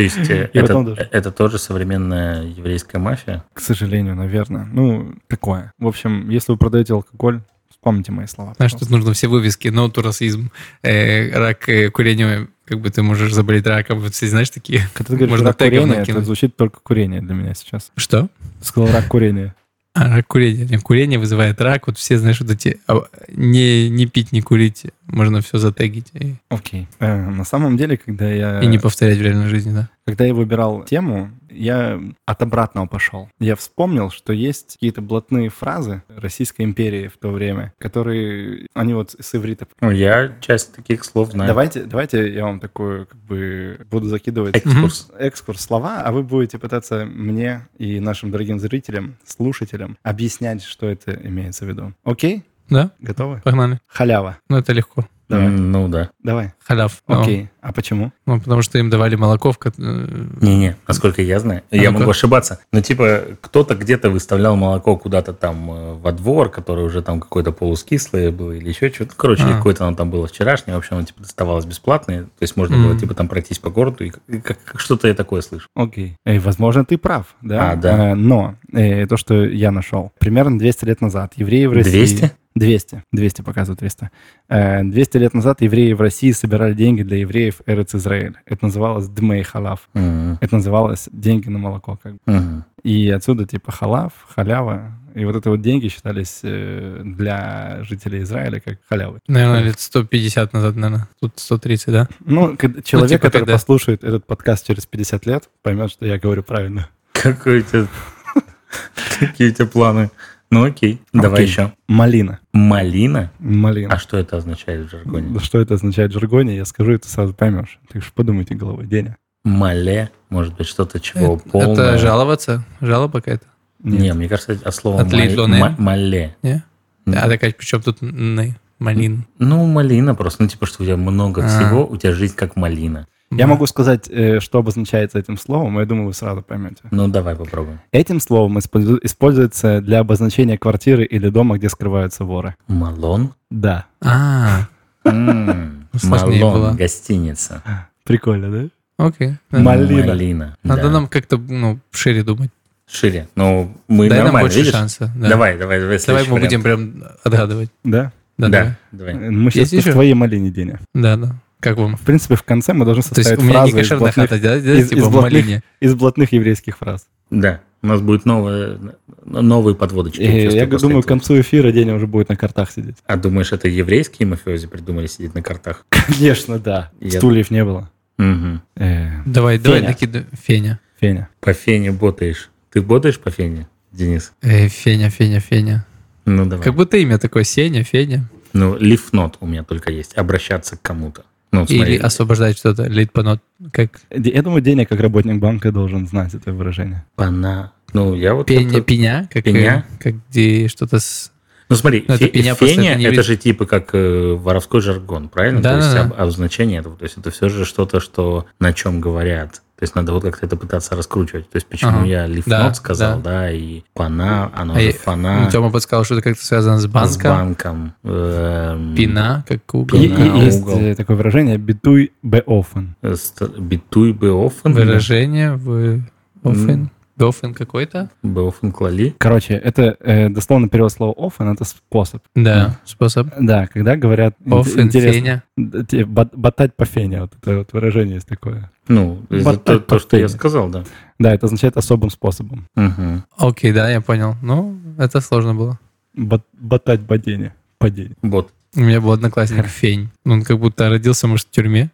[SPEAKER 2] есть э,
[SPEAKER 1] И
[SPEAKER 2] это,
[SPEAKER 1] потом даже.
[SPEAKER 2] это тоже современная еврейская мафия?
[SPEAKER 1] К сожалению, наверное. Ну, такое. В общем, если вы продаете алкоголь, вспомните мои слова.
[SPEAKER 3] Знаешь,
[SPEAKER 1] пожалуйста.
[SPEAKER 3] тут нужно все вывески, ноутурасизм, э, рак э, курения, как бы ты можешь заболеть раком, вот все, знаешь, такие.
[SPEAKER 1] Когда ты говоришь
[SPEAKER 3] можно
[SPEAKER 1] рак
[SPEAKER 3] тегом
[SPEAKER 1] курения, это
[SPEAKER 3] накинуть.
[SPEAKER 1] звучит только курение для меня сейчас.
[SPEAKER 3] Что?
[SPEAKER 1] Ты сказал рак курения.
[SPEAKER 3] А, рак курения. Не, Курение вызывает рак, вот все, знаешь, вот эти, а, не, не пить, не курить, можно все затегить и,
[SPEAKER 1] Окей. Э, на самом деле, когда я...
[SPEAKER 2] Э.
[SPEAKER 3] и не повторять в реальной жизни, да.
[SPEAKER 1] Когда я выбирал тему, я от обратного пошел. Я вспомнил, что есть какие-то блатные фразы Российской империи в то время, которые они вот с иврита.
[SPEAKER 2] Ну, я часть таких слов знаю.
[SPEAKER 1] Давайте, давайте я вам такую как бы буду закидывать
[SPEAKER 2] Экскурс.
[SPEAKER 1] экскурс слова, а вы будете пытаться мне и нашим дорогим зрителям, слушателям объяснять, что это имеется в виду. Окей?
[SPEAKER 3] Да?
[SPEAKER 1] Готовы?
[SPEAKER 3] Погнали.
[SPEAKER 1] Халява.
[SPEAKER 3] Ну, это легко.
[SPEAKER 1] Давай.
[SPEAKER 2] М, Ну да.
[SPEAKER 1] Давай.
[SPEAKER 3] Халяв. Ну,
[SPEAKER 1] Окей. А почему?
[SPEAKER 3] Ну, потому что им давали молоко в... кот- э,
[SPEAKER 2] Не-не, насколько я знаю,
[SPEAKER 3] А
[SPEAKER 2] я
[SPEAKER 3] ну-ка.
[SPEAKER 2] могу ошибаться. Но типа кто-то где-то выставлял молоко куда-то там э, во двор, которое уже там какое-то полускислое было или еще что-то. Короче,
[SPEAKER 3] А.
[SPEAKER 2] какое-то оно там было вчерашнее, в общем, оно типа доставалось бесплатное. То есть можно
[SPEAKER 3] М.
[SPEAKER 2] было типа там пройтись по городу и, как- и как- как что-то я такое слышу.
[SPEAKER 1] Окей. Э, возможно, ты прав, да?
[SPEAKER 2] А, да.
[SPEAKER 1] Э, но э, то, что я нашел, примерно 200 лет назад евреи в России...
[SPEAKER 2] 200?
[SPEAKER 1] 200. 200 показывают 300. Э, 200 лет назад евреи в России собирали деньги для евреев Эрец Израиль. Это называлось Дмей Халав.
[SPEAKER 2] М,
[SPEAKER 1] Это называлось деньги на молоко. Как бы.
[SPEAKER 2] мгм.
[SPEAKER 1] И отсюда типа халав, халява. И вот это вот деньги считались э, для жителей Израиля как халявы.
[SPEAKER 3] Наверное, лет 150 назад, наверное. Тут 130, да?
[SPEAKER 1] Ну, когда- человек,
[SPEAKER 3] типа,
[SPEAKER 1] который
[SPEAKER 3] когда-
[SPEAKER 1] послушает этот подкаст через 50 лет, поймет, что я говорю правильно.
[SPEAKER 2] Какой у тебя- Какие у тебя планы? Ну окей, давай
[SPEAKER 1] Окей.
[SPEAKER 2] еще.
[SPEAKER 1] Малина.
[SPEAKER 2] Малина?
[SPEAKER 1] Малина.
[SPEAKER 2] А что это означает в жаргоне?
[SPEAKER 1] Да Что это означает в жаргоне, я скажу, и ты сразу поймешь. Так что подумайте головой, Деня.
[SPEAKER 2] Мале, может быть, что-то чего
[SPEAKER 3] это,
[SPEAKER 2] полное.
[SPEAKER 3] это жаловаться? Жалоба какая-то?
[SPEAKER 2] Не, мне кажется, от слова
[SPEAKER 3] От
[SPEAKER 2] мале-
[SPEAKER 3] Лидлоне.
[SPEAKER 2] ма- мале.
[SPEAKER 3] Не?
[SPEAKER 2] М.
[SPEAKER 3] А такая, причем тут ны, малин?
[SPEAKER 2] Ну, малина просто. Ну, типа, что у тебя много
[SPEAKER 3] А.
[SPEAKER 2] всего, у тебя жизнь как малина.
[SPEAKER 1] Я могу сказать, э, что обозначается этим словом, и я думаю, вы сразу поймете.
[SPEAKER 2] Ну, давай попробуем.
[SPEAKER 1] Этим словом использу- используется для обозначения квартиры или дома, где скрываются воры.
[SPEAKER 2] Малон?
[SPEAKER 1] Да.
[SPEAKER 3] А,
[SPEAKER 2] М,
[SPEAKER 3] Ну, Сложнее было.
[SPEAKER 2] Малон, гостиница.
[SPEAKER 1] Прикольно, да?
[SPEAKER 3] окей. да.
[SPEAKER 1] Ма- Малина.
[SPEAKER 2] Малина.
[SPEAKER 3] Надо
[SPEAKER 2] да.
[SPEAKER 3] нам как-то ну, шире думать.
[SPEAKER 2] Шире. Ну, мы
[SPEAKER 3] Дай нам
[SPEAKER 2] нормально,
[SPEAKER 3] больше
[SPEAKER 2] видишь?
[SPEAKER 3] шанса. да.
[SPEAKER 2] Давай, давай, давай.
[SPEAKER 3] Давай
[SPEAKER 2] следующий
[SPEAKER 3] мы
[SPEAKER 2] вариант.
[SPEAKER 3] будем прям отгадывать.
[SPEAKER 1] Да.
[SPEAKER 3] Да,
[SPEAKER 2] Да,
[SPEAKER 3] да.
[SPEAKER 2] давай.
[SPEAKER 1] Э, Мы сейчас
[SPEAKER 3] Есть
[SPEAKER 1] в
[SPEAKER 3] еще?
[SPEAKER 1] твоей малине, Деня.
[SPEAKER 3] Да, да. Как вам?
[SPEAKER 1] В принципе, в конце мы должны
[SPEAKER 3] То есть
[SPEAKER 1] составить
[SPEAKER 3] у меня
[SPEAKER 1] фразу
[SPEAKER 3] не
[SPEAKER 1] из
[SPEAKER 3] кошерная
[SPEAKER 1] блатных,
[SPEAKER 3] хата, да? да,
[SPEAKER 1] из-
[SPEAKER 3] Типа
[SPEAKER 1] из
[SPEAKER 3] в
[SPEAKER 1] блатных-
[SPEAKER 3] малине.
[SPEAKER 1] из блатных еврейских фраз.
[SPEAKER 2] Да. У нас будет новая, новые подводочки.
[SPEAKER 1] Э,
[SPEAKER 2] чувствую,
[SPEAKER 1] я
[SPEAKER 2] после
[SPEAKER 1] думаю, к
[SPEAKER 2] этого.
[SPEAKER 1] концу эфира Деня уже будет на картах сидеть.
[SPEAKER 2] А думаешь, это еврейские мафиози придумали сидеть на картах?
[SPEAKER 1] Конечно, да.
[SPEAKER 2] Я-
[SPEAKER 1] Стульев не было.
[SPEAKER 2] Мгм.
[SPEAKER 1] Э,
[SPEAKER 3] Давай, давай
[SPEAKER 1] Феня.
[SPEAKER 3] накидывай. Феня.
[SPEAKER 1] Феня.
[SPEAKER 2] По фене ботаешь. Ты ботаешь по фене, Денис?
[SPEAKER 3] Э, Феня, Феня, Феня.
[SPEAKER 2] Ну, давай.
[SPEAKER 3] Как будто имя такое Сеня, Феня.
[SPEAKER 2] Ну, лифнот у меня только есть. Обращаться к кому-то. Ну, смотри,
[SPEAKER 3] Или освобождать что-то. Литпанот. Как
[SPEAKER 1] Де- Я думаю, Деня, как работник банка, должен знать это выражение.
[SPEAKER 2] пана. Ну, я вот...
[SPEAKER 3] пеня,
[SPEAKER 2] как-то-
[SPEAKER 3] пеня. Как, э,
[SPEAKER 2] Пеня?
[SPEAKER 3] Как где что-то с...
[SPEAKER 2] Ну, смотри,
[SPEAKER 3] Ну, это
[SPEAKER 2] фе-
[SPEAKER 3] пеня просто,
[SPEAKER 2] феня,
[SPEAKER 3] это не
[SPEAKER 2] это,
[SPEAKER 3] вид-
[SPEAKER 2] же типа как э, воровской жаргон, правильно?
[SPEAKER 3] Да,
[SPEAKER 2] то есть
[SPEAKER 3] да,
[SPEAKER 2] об- обозначение этого. То есть это все же что-то, что на чем говорят. То есть надо вот как-то это пытаться раскручивать. То есть почему
[SPEAKER 3] Ага.
[SPEAKER 2] я лифнот
[SPEAKER 3] Да,
[SPEAKER 2] сказал, да. и пана, оно
[SPEAKER 3] А
[SPEAKER 2] же
[SPEAKER 3] я-
[SPEAKER 2] фана.
[SPEAKER 3] Тема подсказал, что это как-то связано с
[SPEAKER 2] С
[SPEAKER 3] банком.
[SPEAKER 2] банком. эм,
[SPEAKER 3] Пина, как угол.
[SPEAKER 1] И- и-
[SPEAKER 2] Пена,
[SPEAKER 1] есть
[SPEAKER 2] угол.
[SPEAKER 1] э, такое выражение «битуй беофен».
[SPEAKER 2] ст- Битуй беофен.
[SPEAKER 3] Выражение в... Офен. Гофен какой-то?
[SPEAKER 2] Беофен клали.
[SPEAKER 1] Короче, это э, дословно перевод слова «офен» — это способ.
[SPEAKER 3] Да, способ.
[SPEAKER 1] Да, когда говорят... ин-
[SPEAKER 3] Офен,
[SPEAKER 1] интересно,
[SPEAKER 3] Феня.
[SPEAKER 1] д- те- бат- Ботать по фене, вот это вот выражение есть такое.
[SPEAKER 2] Ну, это
[SPEAKER 1] Баталь
[SPEAKER 2] то, то, что я
[SPEAKER 1] повторяет.
[SPEAKER 2] сказал, да.
[SPEAKER 1] Да, это означает особым способом.
[SPEAKER 2] Мгм.
[SPEAKER 3] Окей, да, я понял. Ну, это сложно было.
[SPEAKER 1] Бат- Ботать бодение. Падение.
[SPEAKER 2] Вот.
[SPEAKER 3] У меня был одноклассник Фень. Он как будто родился, может, в тюрьме.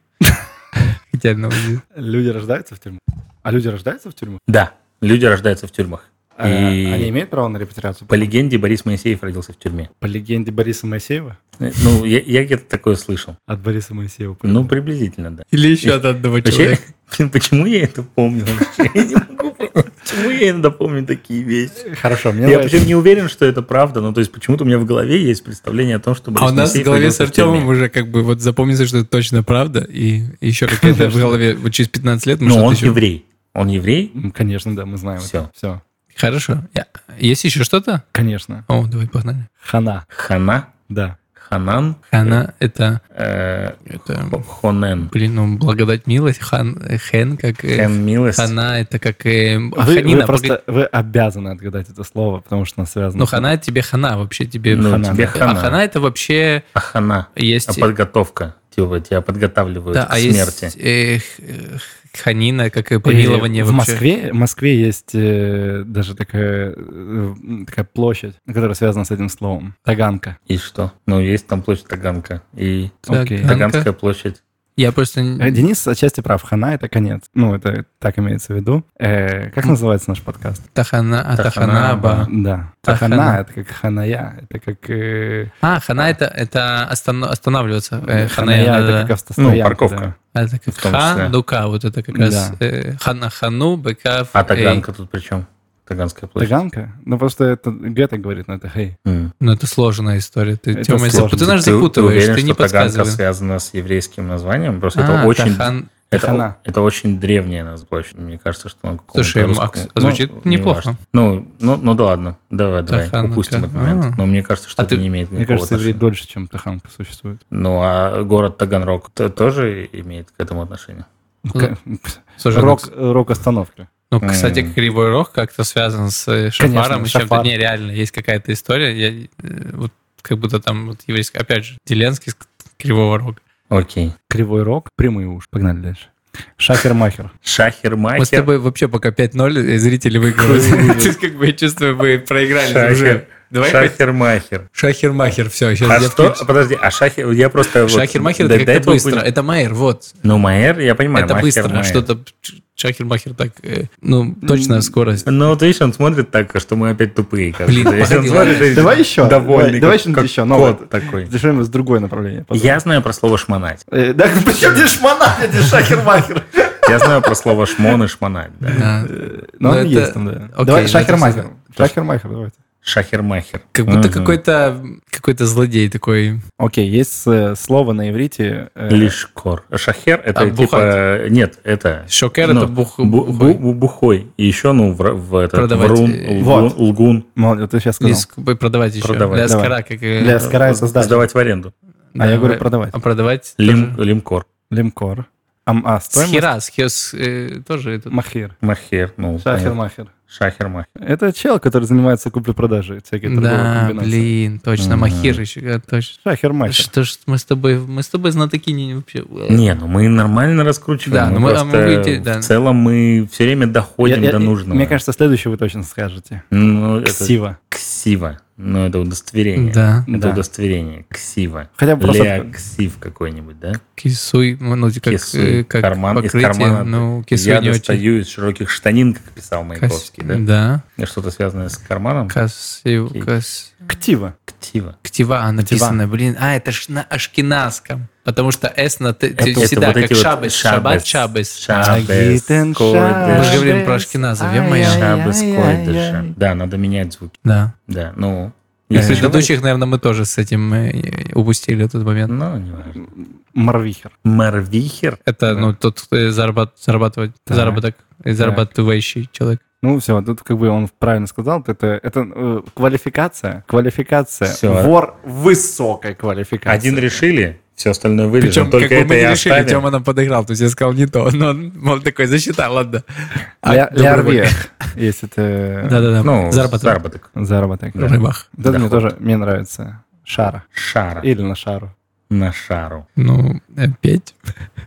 [SPEAKER 3] Хотя, ну,
[SPEAKER 1] Люди рождаются в тюрьму? А люди рождаются в тюрьму?
[SPEAKER 2] Да, люди рождаются в тюрьмах.
[SPEAKER 1] А,
[SPEAKER 2] И-
[SPEAKER 1] Они имеют право на репатриацию?
[SPEAKER 2] По легенде, Борис Моисеев родился в тюрьме.
[SPEAKER 1] По легенде Бориса Моисеева?
[SPEAKER 2] Э, Ну, я, я где-то такое слышал.
[SPEAKER 1] От Бориса Моисеева.
[SPEAKER 2] Ну, приблизительно, да.
[SPEAKER 3] или еще от одного
[SPEAKER 2] Вообще,
[SPEAKER 3] человека.
[SPEAKER 2] блин, почему я это помню вообще? Я не могу понять, Почему я Блин, напомню такие вещи.
[SPEAKER 1] Хорошо,
[SPEAKER 3] Ну,
[SPEAKER 1] мне
[SPEAKER 2] Я
[SPEAKER 1] нравится.
[SPEAKER 2] причем не уверен, что это правда, но то есть почему-то у меня в голове есть представление о том, что
[SPEAKER 3] А у
[SPEAKER 2] Борис
[SPEAKER 3] нас в
[SPEAKER 2] Моисеев
[SPEAKER 3] голове
[SPEAKER 2] родился
[SPEAKER 3] с
[SPEAKER 2] в Перми.
[SPEAKER 3] Артемом уже как бы вот запомнится, что это точно правда, и еще какая-то в голове вот через 15 лет мы
[SPEAKER 1] Ну,
[SPEAKER 2] Но
[SPEAKER 3] что-то
[SPEAKER 2] Ну, он
[SPEAKER 3] еще-
[SPEAKER 2] еврей. Он еврей?
[SPEAKER 1] М, Конечно, да, мы знаем
[SPEAKER 2] Всё.
[SPEAKER 1] это. Все,
[SPEAKER 3] Хорошо. Я- Есть еще что-то?
[SPEAKER 1] конечно.
[SPEAKER 3] О, давай погнали.
[SPEAKER 1] Хана,
[SPEAKER 2] Хана?
[SPEAKER 1] да.
[SPEAKER 2] Ханан?
[SPEAKER 3] Хана — это...
[SPEAKER 2] Э,
[SPEAKER 3] это
[SPEAKER 2] Хонен.
[SPEAKER 3] блин, ну, благодать, милость. Хан, э, хен, как... э,
[SPEAKER 2] Хэн Милес.
[SPEAKER 3] Хана — это как... э,
[SPEAKER 1] А Вы,
[SPEAKER 3] ханина,
[SPEAKER 1] вы просто
[SPEAKER 3] погоди.
[SPEAKER 1] вы обязаны отгадать это слово, потому что оно связано.
[SPEAKER 3] Ну,
[SPEAKER 1] с-
[SPEAKER 3] хана — тебе хана вообще. Тебе
[SPEAKER 2] Ну,
[SPEAKER 1] хана,
[SPEAKER 2] тебе
[SPEAKER 1] да.
[SPEAKER 3] А
[SPEAKER 2] хана.
[SPEAKER 3] хана — это вообще
[SPEAKER 2] А хана?
[SPEAKER 3] есть...
[SPEAKER 2] А подготовка. Типа, тебя подготавливают
[SPEAKER 3] Да,
[SPEAKER 2] к
[SPEAKER 3] а
[SPEAKER 2] смерти.
[SPEAKER 3] есть э, х- э, ханина, как и
[SPEAKER 1] И
[SPEAKER 3] помилование
[SPEAKER 1] Э, в
[SPEAKER 3] вообще.
[SPEAKER 1] Москве, в Москве есть э, даже такая, э, м, такая площадь, которая связана с этим словом. Таганка.
[SPEAKER 2] И что? Ну, есть там площадь Таганка. И
[SPEAKER 3] Так,
[SPEAKER 1] Окей.
[SPEAKER 3] Таганка.
[SPEAKER 2] Таганская площадь.
[SPEAKER 3] Я просто... н-
[SPEAKER 1] Э, Денис отчасти прав. Хана — это конец. Ну, это так имеется в виду. Э, как называется наш подкаст?
[SPEAKER 3] Тахана, а
[SPEAKER 2] Таханаба.
[SPEAKER 3] Таханаба.
[SPEAKER 1] Да.
[SPEAKER 3] А,
[SPEAKER 1] Хана
[SPEAKER 3] хана.
[SPEAKER 1] — это как ханая. Это как... э,
[SPEAKER 3] А, хана это, это остан- останавливаться.
[SPEAKER 1] ханая
[SPEAKER 3] Э,
[SPEAKER 1] —
[SPEAKER 3] ханая,
[SPEAKER 1] это
[SPEAKER 3] да,
[SPEAKER 1] как
[SPEAKER 3] да.
[SPEAKER 1] автостоянка.
[SPEAKER 2] Ну, парковка.
[SPEAKER 1] да.
[SPEAKER 3] А это как
[SPEAKER 2] в том числе.
[SPEAKER 3] ханука, вот это как
[SPEAKER 1] Да.
[SPEAKER 3] раз э, хана хану, быка. в-
[SPEAKER 2] А
[SPEAKER 3] эй.
[SPEAKER 2] Таганка тут при чем? Таганская площадь.
[SPEAKER 1] Таганка? Ну, просто это Г так говорит, но это хей.
[SPEAKER 2] М.
[SPEAKER 3] Ну это сложная история. Ты,
[SPEAKER 1] Это
[SPEAKER 3] Тёма, если-
[SPEAKER 1] сложно.
[SPEAKER 3] ты нас
[SPEAKER 2] Ты-
[SPEAKER 3] запутываешь, ты,
[SPEAKER 2] уверен,
[SPEAKER 3] не
[SPEAKER 2] что Таганка
[SPEAKER 3] подсказываешь.
[SPEAKER 2] связана с еврейским названием? Просто
[SPEAKER 3] А,
[SPEAKER 2] это очень...
[SPEAKER 3] Тахан-
[SPEAKER 2] Это,
[SPEAKER 1] Тахана.
[SPEAKER 2] это очень древняя название. площадь. Мне кажется, что он какому-то
[SPEAKER 3] Слушай,
[SPEAKER 2] русскому-
[SPEAKER 3] Макс, а звучит
[SPEAKER 2] Ну, не
[SPEAKER 3] неплохо.
[SPEAKER 2] важно. Ну, ну, ну да ладно, давай, давай,
[SPEAKER 3] Таханка.
[SPEAKER 2] упустим этот
[SPEAKER 3] А.
[SPEAKER 2] момент. Но мне кажется, что
[SPEAKER 3] А
[SPEAKER 2] это
[SPEAKER 3] ты-
[SPEAKER 2] не имеет
[SPEAKER 1] Мне
[SPEAKER 2] никакого
[SPEAKER 1] кажется, евреи
[SPEAKER 2] отношения.
[SPEAKER 1] дольше, чем Таханка существует.
[SPEAKER 2] Ну, а город Таганрог т- тоже имеет к этому отношение?
[SPEAKER 3] Ну, Слушай,
[SPEAKER 1] Рок,
[SPEAKER 3] ну,
[SPEAKER 1] рок остановка.
[SPEAKER 3] Ну, кстати,
[SPEAKER 2] М.
[SPEAKER 3] кривой рог как-то связан с э, шафаром и
[SPEAKER 1] шафар.
[SPEAKER 3] чем-то. Не, реально, есть какая-то история. Я, э, вот как будто там вот еврейская, опять же, Деленский с кривого рога.
[SPEAKER 2] Окей.
[SPEAKER 1] Кривой рог, прямые уши. Погнали дальше. Шахер-махер.
[SPEAKER 3] Мы с
[SPEAKER 2] Шахермахер.
[SPEAKER 3] тобой вообще пока 5-0, и зрители выиграли. То есть, как бы, я чувствую, мы проиграли
[SPEAKER 2] Шахер.
[SPEAKER 3] уже. Давай опять
[SPEAKER 2] Шахермахер.
[SPEAKER 3] Шахер-махер, все, сейчас
[SPEAKER 2] А что? Подожди, а шахер... Я просто... вот
[SPEAKER 3] Шахер-махер
[SPEAKER 2] до- до
[SPEAKER 3] это как-то
[SPEAKER 2] этого
[SPEAKER 3] быстро.
[SPEAKER 2] понял.
[SPEAKER 3] Это Майер, вот.
[SPEAKER 2] Ну, Майер, я понимаю.
[SPEAKER 3] Это
[SPEAKER 2] Махер,
[SPEAKER 3] быстро. а
[SPEAKER 2] Майер.
[SPEAKER 3] Что-то Шахер-махер так, э, ну, точно скорость.
[SPEAKER 2] Ну, вот видишь, он смотрит так, что мы опять тупые. как
[SPEAKER 3] Блин,
[SPEAKER 2] будто. Если он
[SPEAKER 3] погоди,
[SPEAKER 2] смотрит,
[SPEAKER 3] ладно.
[SPEAKER 2] и
[SPEAKER 1] Давай еще.
[SPEAKER 2] Довольный,
[SPEAKER 1] Давай, давай
[SPEAKER 2] как-
[SPEAKER 1] что-нибудь
[SPEAKER 2] как
[SPEAKER 1] еще. Новое.
[SPEAKER 2] Кот такой.
[SPEAKER 1] Это что-нибудь с другое направление.
[SPEAKER 2] Я знаю про слово шмонать.
[SPEAKER 1] Э, Да, почему здесь шмонать, эти шахер-махер?
[SPEAKER 2] Я знаю про слово шмон и шмонать. да.
[SPEAKER 3] Да.
[SPEAKER 1] Ну,
[SPEAKER 3] Ну,
[SPEAKER 1] он
[SPEAKER 3] это-
[SPEAKER 1] есть там, да.
[SPEAKER 3] окей,
[SPEAKER 1] Давай
[SPEAKER 3] ну,
[SPEAKER 1] шахер-махер.
[SPEAKER 3] это
[SPEAKER 1] Шахер-махер, давайте.
[SPEAKER 2] Шахермахер.
[SPEAKER 3] Как будто
[SPEAKER 2] Мгм.
[SPEAKER 3] какой-то какой-то злодей такой.
[SPEAKER 1] Окей, есть э, слово на иврите. э,
[SPEAKER 2] Лишкор. Шахер это
[SPEAKER 3] А,
[SPEAKER 2] типа... Нет, это...
[SPEAKER 3] Шокер
[SPEAKER 2] ну,
[SPEAKER 3] это бух...
[SPEAKER 2] бу-
[SPEAKER 3] бухой.
[SPEAKER 2] бу- бухой. И еще, ну, в, в этот,
[SPEAKER 3] Продавать,
[SPEAKER 2] врун,
[SPEAKER 3] э,
[SPEAKER 2] лгун,
[SPEAKER 1] вот.
[SPEAKER 2] лгун.
[SPEAKER 1] Молодец, ты сейчас сказал.
[SPEAKER 3] Лиск- ой, продавать еще.
[SPEAKER 2] Продавать,
[SPEAKER 3] Для
[SPEAKER 1] ну. давай.
[SPEAKER 3] скара, как... э,
[SPEAKER 1] Для скара это сдача.
[SPEAKER 2] Сдавать в аренду.
[SPEAKER 1] А я
[SPEAKER 3] да,
[SPEAKER 1] говорю
[SPEAKER 3] э,
[SPEAKER 1] продавать.
[SPEAKER 3] А продавать...
[SPEAKER 2] Лим-
[SPEAKER 3] тоже.
[SPEAKER 2] лимкор.
[SPEAKER 1] Лимкор. Ам- А,
[SPEAKER 3] С
[SPEAKER 1] стоимость?
[SPEAKER 3] хера, с хе- с, э, тоже это...
[SPEAKER 1] Махир.
[SPEAKER 2] Махер. Ну, понятно.
[SPEAKER 1] Шахер-махер.
[SPEAKER 2] Шахермахер.
[SPEAKER 1] Это чел, который занимается куплей-продажей всякие торговые
[SPEAKER 3] Да,
[SPEAKER 1] комбинации.
[SPEAKER 3] блин, точно,
[SPEAKER 2] Мгм.
[SPEAKER 3] Махир еще, да, точно.
[SPEAKER 1] Шахер-махер.
[SPEAKER 3] А Что ж мы с тобой, мы с тобой знатоки не, не вообще.
[SPEAKER 2] Не, ну мы нормально раскручиваем.
[SPEAKER 3] Да,
[SPEAKER 2] мы
[SPEAKER 3] ну мы- а
[SPEAKER 2] просто
[SPEAKER 3] мы выйти, да.
[SPEAKER 2] в целом мы все время
[SPEAKER 1] Я-
[SPEAKER 2] доходим
[SPEAKER 1] я-
[SPEAKER 2] до нужного.
[SPEAKER 1] Мне кажется, следующий вы точно скажете.
[SPEAKER 2] ну, это
[SPEAKER 1] Ксива.
[SPEAKER 2] ксива. Ну, это удостоверение.
[SPEAKER 3] Да,
[SPEAKER 2] Это
[SPEAKER 1] Да.
[SPEAKER 2] удостоверение. Ксива.
[SPEAKER 1] Хотя бы просто-
[SPEAKER 2] Ля ксив какой-нибудь, да?
[SPEAKER 3] кисуй, ну, ну, как,
[SPEAKER 2] Кисуй.
[SPEAKER 3] э, как
[SPEAKER 2] Карман из
[SPEAKER 3] покрытие,
[SPEAKER 2] кармана.
[SPEAKER 3] ну, кисуй
[SPEAKER 2] Я
[SPEAKER 3] не очень.
[SPEAKER 2] достаю из широких штанин, как писал
[SPEAKER 3] Кас-
[SPEAKER 2] Маяковский, да?
[SPEAKER 3] Да,
[SPEAKER 2] И Что-то связанное с карманом.
[SPEAKER 3] касю,
[SPEAKER 2] Ки-
[SPEAKER 3] кас...
[SPEAKER 1] Ктива.
[SPEAKER 2] Ксива.
[SPEAKER 3] Ктива а, написано, блин, а, это ж на ашкеназском, потому что С на Т, ты
[SPEAKER 2] Это- это
[SPEAKER 3] всегда,
[SPEAKER 2] вот
[SPEAKER 3] как
[SPEAKER 2] эти вот
[SPEAKER 3] шабес, шабат, шабес.
[SPEAKER 2] Шабес,
[SPEAKER 1] Агитен
[SPEAKER 2] кодеш.
[SPEAKER 3] Мы же говорим про ашкеназов, я моя.
[SPEAKER 2] Шабес, кодеш. Да, надо менять звуки.
[SPEAKER 3] Да.
[SPEAKER 2] Да, ну...
[SPEAKER 3] Из
[SPEAKER 2] если давай-
[SPEAKER 3] предыдущих, наверное, мы тоже с этим э, упустили этот момент.
[SPEAKER 2] Ну, не важно.
[SPEAKER 1] Марвихер.
[SPEAKER 2] Марвихер.
[SPEAKER 3] Это, ну, тот, кто и зарабат- зарабатывать,
[SPEAKER 1] Так.
[SPEAKER 3] заработок, и зарабатывающий человек.
[SPEAKER 1] Ну все, тут как бы он правильно сказал, это, это э, квалификация. Квалификация.
[SPEAKER 2] Всё.
[SPEAKER 1] Вор высокой квалификации.
[SPEAKER 2] Один решили, все остальное вырежем.
[SPEAKER 3] Причем, как
[SPEAKER 2] Только
[SPEAKER 3] бы
[SPEAKER 2] это
[SPEAKER 3] мы
[SPEAKER 2] и
[SPEAKER 3] не решили,
[SPEAKER 2] оставим.
[SPEAKER 3] Тема нам подыграл. То есть я сказал не то. Но он мол, такой, засчитай, ладно. А,
[SPEAKER 1] Ля-
[SPEAKER 3] добрый
[SPEAKER 1] лярве,
[SPEAKER 3] вечер.
[SPEAKER 1] если это
[SPEAKER 3] Да-да-да.
[SPEAKER 2] Ну,
[SPEAKER 3] Заработок.
[SPEAKER 2] заработок.
[SPEAKER 1] заработок.
[SPEAKER 3] в Рыбах.
[SPEAKER 1] Да, мне
[SPEAKER 2] Доход.
[SPEAKER 1] тоже мне нравится. Шара.
[SPEAKER 2] Шара.
[SPEAKER 1] Или на шару.
[SPEAKER 2] На шару.
[SPEAKER 3] Ну, э, петь.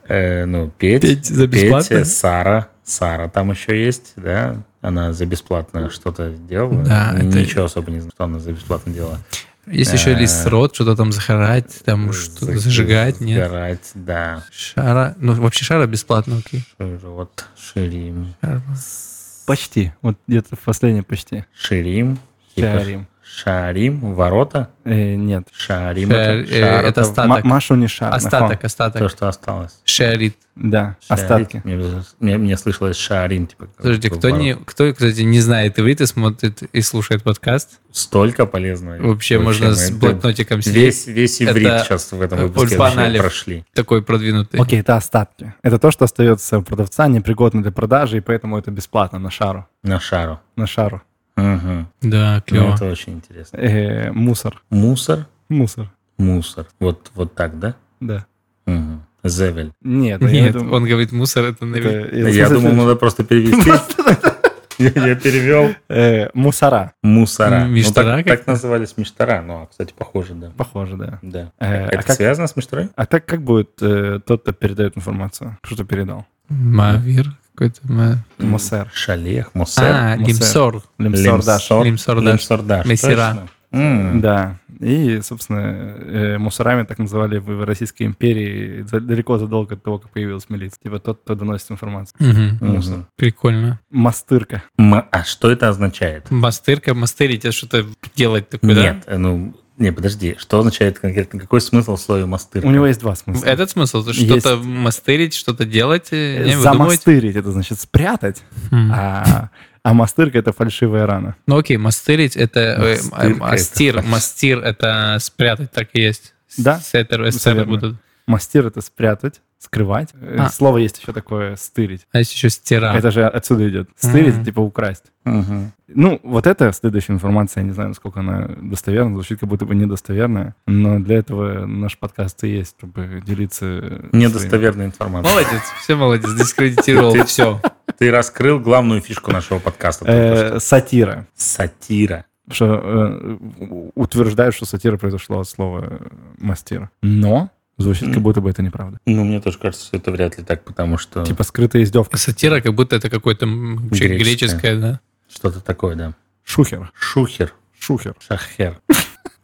[SPEAKER 2] Э, ну, Петь.
[SPEAKER 3] Петь за бесплатно?
[SPEAKER 2] Петя, Сара. Сара там еще есть, да? Она за бесплатно что-то делала.
[SPEAKER 3] Да, это-
[SPEAKER 2] Ничего особо не знаю, что она за бесплатно делала.
[SPEAKER 3] Есть еще
[SPEAKER 2] Э,
[SPEAKER 3] лист рот, что-то там захарать, там что-то
[SPEAKER 2] За-
[SPEAKER 3] зажигать, нет.
[SPEAKER 2] Сгорать, да.
[SPEAKER 3] Шара. Ну, вообще шара бесплатно, окей.
[SPEAKER 2] Широт, ширим.
[SPEAKER 3] Шара.
[SPEAKER 1] Почти. Вот где-то в последнее почти.
[SPEAKER 2] Ширим. Типа
[SPEAKER 1] Шарим.
[SPEAKER 2] Шарим, ворота.
[SPEAKER 1] Э, нет.
[SPEAKER 2] Шарим.
[SPEAKER 3] Э,
[SPEAKER 2] это
[SPEAKER 3] э,
[SPEAKER 2] Шаротов.
[SPEAKER 3] это ста-
[SPEAKER 1] Ма-
[SPEAKER 3] Остаток.
[SPEAKER 1] Машу не шар.
[SPEAKER 3] Остаток,
[SPEAKER 2] То,
[SPEAKER 3] остаток.
[SPEAKER 2] что осталось.
[SPEAKER 3] Шарит.
[SPEAKER 1] Да,
[SPEAKER 2] Шарит.
[SPEAKER 1] остатки.
[SPEAKER 2] Мне, мне- мне слышалось шарим. Типа, как
[SPEAKER 3] Подожди,
[SPEAKER 2] будто
[SPEAKER 3] кто,
[SPEAKER 2] ворот.
[SPEAKER 3] не, кто, кстати, не знает иврит и смотрит и слушает подкаст,
[SPEAKER 2] Столько полезного.
[SPEAKER 3] вообще, можно
[SPEAKER 2] мы-
[SPEAKER 3] с блокнотиком сидеть.
[SPEAKER 2] Весь, весь иврит
[SPEAKER 3] Это
[SPEAKER 2] сейчас в этом
[SPEAKER 3] э,
[SPEAKER 2] выпуске
[SPEAKER 3] Ульфан
[SPEAKER 2] вообще
[SPEAKER 3] Алиф.
[SPEAKER 2] прошли.
[SPEAKER 3] Такой продвинутый.
[SPEAKER 1] Окей, это остатки. Это то, что остается у продавца, непригодно для продажи, и поэтому это бесплатно на шару.
[SPEAKER 2] На шару.
[SPEAKER 1] На шару.
[SPEAKER 2] Мгм.
[SPEAKER 3] Да,
[SPEAKER 2] Ну,
[SPEAKER 3] клево.
[SPEAKER 2] это очень интересно.
[SPEAKER 1] Э, мусор.
[SPEAKER 2] Мусор,
[SPEAKER 1] Мусор.
[SPEAKER 2] мусор. Вот, вот так, да?
[SPEAKER 1] Да.
[SPEAKER 2] Мгм. Зевель.
[SPEAKER 1] Нет, я
[SPEAKER 3] Нет,
[SPEAKER 1] думаю,
[SPEAKER 3] он говорит, мусор это на
[SPEAKER 1] это-
[SPEAKER 3] иврите.
[SPEAKER 1] я-
[SPEAKER 2] Я
[SPEAKER 1] смысле,
[SPEAKER 2] думал, надо просто перевести. Я я перевел.
[SPEAKER 1] э, мусора.
[SPEAKER 2] Мусора. Ну,
[SPEAKER 3] Миштара
[SPEAKER 2] так-
[SPEAKER 3] как-то?
[SPEAKER 2] Так назывались миштара. Ну, а, кстати, похоже, да.
[SPEAKER 1] Похоже, да.
[SPEAKER 2] Да.
[SPEAKER 1] Э, а,
[SPEAKER 2] Это
[SPEAKER 1] как,
[SPEAKER 2] связано с мишторой?
[SPEAKER 1] а так как будет э, тот, кто передает информацию? Что-то передал?
[SPEAKER 3] Мавир какой-то. ма-
[SPEAKER 1] Мусер.
[SPEAKER 2] Шалех, мусер.
[SPEAKER 3] А,
[SPEAKER 1] мусор.
[SPEAKER 3] лимсор.
[SPEAKER 1] Лимсор, да.
[SPEAKER 3] Лимсор, да.
[SPEAKER 2] Лимсордаш.
[SPEAKER 3] Мессера.
[SPEAKER 1] Да. И, собственно, э, мусорами так называли в Российской империи за- далеко задолго от того, как появилась милиция. Типа тот, кто доносит информацию.
[SPEAKER 3] Мгм.
[SPEAKER 1] Мусор.
[SPEAKER 3] Прикольно.
[SPEAKER 1] Мастырка.
[SPEAKER 2] А что это означает?
[SPEAKER 3] Мастырка, мастырить, это что-то делать такое, да?
[SPEAKER 2] Нет, э, ну, не, подожди. Что означает конкретно? Какой смысл в слове мастыр?
[SPEAKER 1] У него есть два смысла.
[SPEAKER 3] Этот смысл? То
[SPEAKER 1] Есть.
[SPEAKER 3] Что-то мастырить, что-то делать, э, не выдумывать?
[SPEAKER 1] Замастырить, это значит спрятать,
[SPEAKER 3] М.
[SPEAKER 1] а, а мастырка — это фальшивая рана.
[SPEAKER 3] Ну окей, мастырить это... э,
[SPEAKER 2] Мастырка
[SPEAKER 3] а-
[SPEAKER 2] это
[SPEAKER 3] Мастир,
[SPEAKER 2] хорошо.
[SPEAKER 3] мастир это спрятать, так и есть. С-
[SPEAKER 1] Да,
[SPEAKER 3] Сеттер,
[SPEAKER 1] всё
[SPEAKER 3] эстеры
[SPEAKER 1] верно.
[SPEAKER 3] будут.
[SPEAKER 1] Мастир — это спрятать, скрывать. Э,
[SPEAKER 3] А.
[SPEAKER 1] Слово есть еще такое «стырить».
[SPEAKER 3] А есть еще стира.
[SPEAKER 1] Это же отсюда идет. Стырить,
[SPEAKER 3] Мгм.
[SPEAKER 1] типа украсть.
[SPEAKER 2] Мгм.
[SPEAKER 1] Ну, вот это следующая информация, я не знаю, насколько она достоверна, звучит как будто бы недостоверная, но для этого наш подкаст и есть, чтобы делиться... своими.
[SPEAKER 2] Недостоверная информация.
[SPEAKER 3] Молодец, все молодец, дискредитировал все.
[SPEAKER 2] Ты раскрыл главную фишку нашего подкаста. только что.
[SPEAKER 1] Э, Сатира.
[SPEAKER 2] Сатира.
[SPEAKER 1] Что, э, у- утверждают, что сатира произошла от слова э, мастера. Но звучит, как
[SPEAKER 2] М.
[SPEAKER 1] будто бы это неправда.
[SPEAKER 2] Ну, мне тоже кажется, что это вряд ли так, потому что
[SPEAKER 1] Типа скрытая издевка.
[SPEAKER 3] Сатира как будто это какое-то м, вообще
[SPEAKER 2] Греческое.
[SPEAKER 3] греческое, да.
[SPEAKER 2] что-то такое, да.
[SPEAKER 1] Шухер.
[SPEAKER 2] Шухер.
[SPEAKER 1] Шухер.
[SPEAKER 2] Шахер.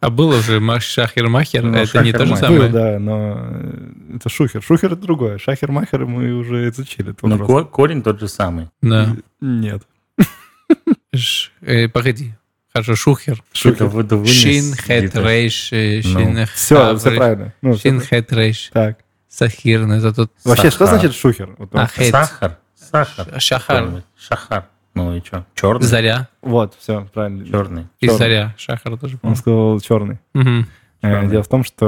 [SPEAKER 3] А было уже ма- шахер-махер,
[SPEAKER 2] Ну,
[SPEAKER 3] это не то же
[SPEAKER 2] шахер-махер.
[SPEAKER 1] Было,
[SPEAKER 3] самое?
[SPEAKER 1] да, но э, это шухер. Шухер — это другое. Шахер-махер мы уже изучили. этот
[SPEAKER 2] Но
[SPEAKER 1] вопрос.
[SPEAKER 2] Ну, ко- корень тот же самый.
[SPEAKER 3] Да.
[SPEAKER 1] Ну, Нет.
[SPEAKER 3] Ш- э, Погоди. Хорошо, шухер.
[SPEAKER 2] Что-то
[SPEAKER 1] Шухер.
[SPEAKER 2] вы- да вынес
[SPEAKER 3] Шинхет
[SPEAKER 2] где-то.
[SPEAKER 3] рейш. э,
[SPEAKER 2] Ну.
[SPEAKER 3] шинхет
[SPEAKER 1] Все, все
[SPEAKER 3] рейш,
[SPEAKER 1] правильно. Ну, всё
[SPEAKER 3] Шинхет рейш.
[SPEAKER 1] Так.
[SPEAKER 3] Сахир, ну, это тут...
[SPEAKER 1] Вообще, что
[SPEAKER 2] Сахар.
[SPEAKER 1] значит шухер? Вот,
[SPEAKER 3] А, хейт.
[SPEAKER 2] Сахар. Сахар.
[SPEAKER 3] Ш- Шахар.
[SPEAKER 2] Шахар. Ну и что? Черный?
[SPEAKER 3] Заря.
[SPEAKER 1] вот, все, правильно.
[SPEAKER 2] Черный.
[SPEAKER 3] И
[SPEAKER 1] Чёрный.
[SPEAKER 3] заря. Шахар тоже.
[SPEAKER 2] а.
[SPEAKER 1] Он
[SPEAKER 3] по-моему.
[SPEAKER 1] сказал черный.
[SPEAKER 3] Мгм.
[SPEAKER 1] Э,
[SPEAKER 2] Странно.
[SPEAKER 1] Дело в том, что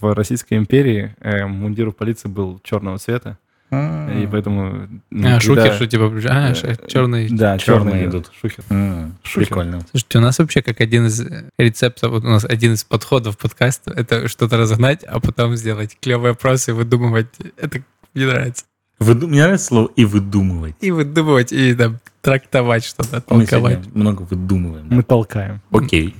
[SPEAKER 1] в Российской империи э, мундир у полиции был черного цвета,
[SPEAKER 2] А.
[SPEAKER 1] и поэтому... ну,
[SPEAKER 3] А,
[SPEAKER 1] когда-
[SPEAKER 3] шухер, что типа, а,
[SPEAKER 1] э,
[SPEAKER 3] черный.
[SPEAKER 1] Да,
[SPEAKER 2] Чёрные
[SPEAKER 1] черные
[SPEAKER 2] идут.
[SPEAKER 1] идут. Шухер.
[SPEAKER 3] а,
[SPEAKER 1] Шухер.
[SPEAKER 2] Прикольно.
[SPEAKER 3] Слушайте, у нас вообще как один из э, рецептов, вот у нас один из подходов подкаста, это что-то разогнать, а потом сделать клевые опросы и выдумывать. Это мне нравится.
[SPEAKER 2] Выду- Мне нравится слово «и выдумывать».
[SPEAKER 3] И выдумывать, и там, трактовать что-то,
[SPEAKER 2] Мы
[SPEAKER 3] толковать.
[SPEAKER 2] сегодня много выдумываем. да.
[SPEAKER 1] Мы толкаем.
[SPEAKER 2] Окей.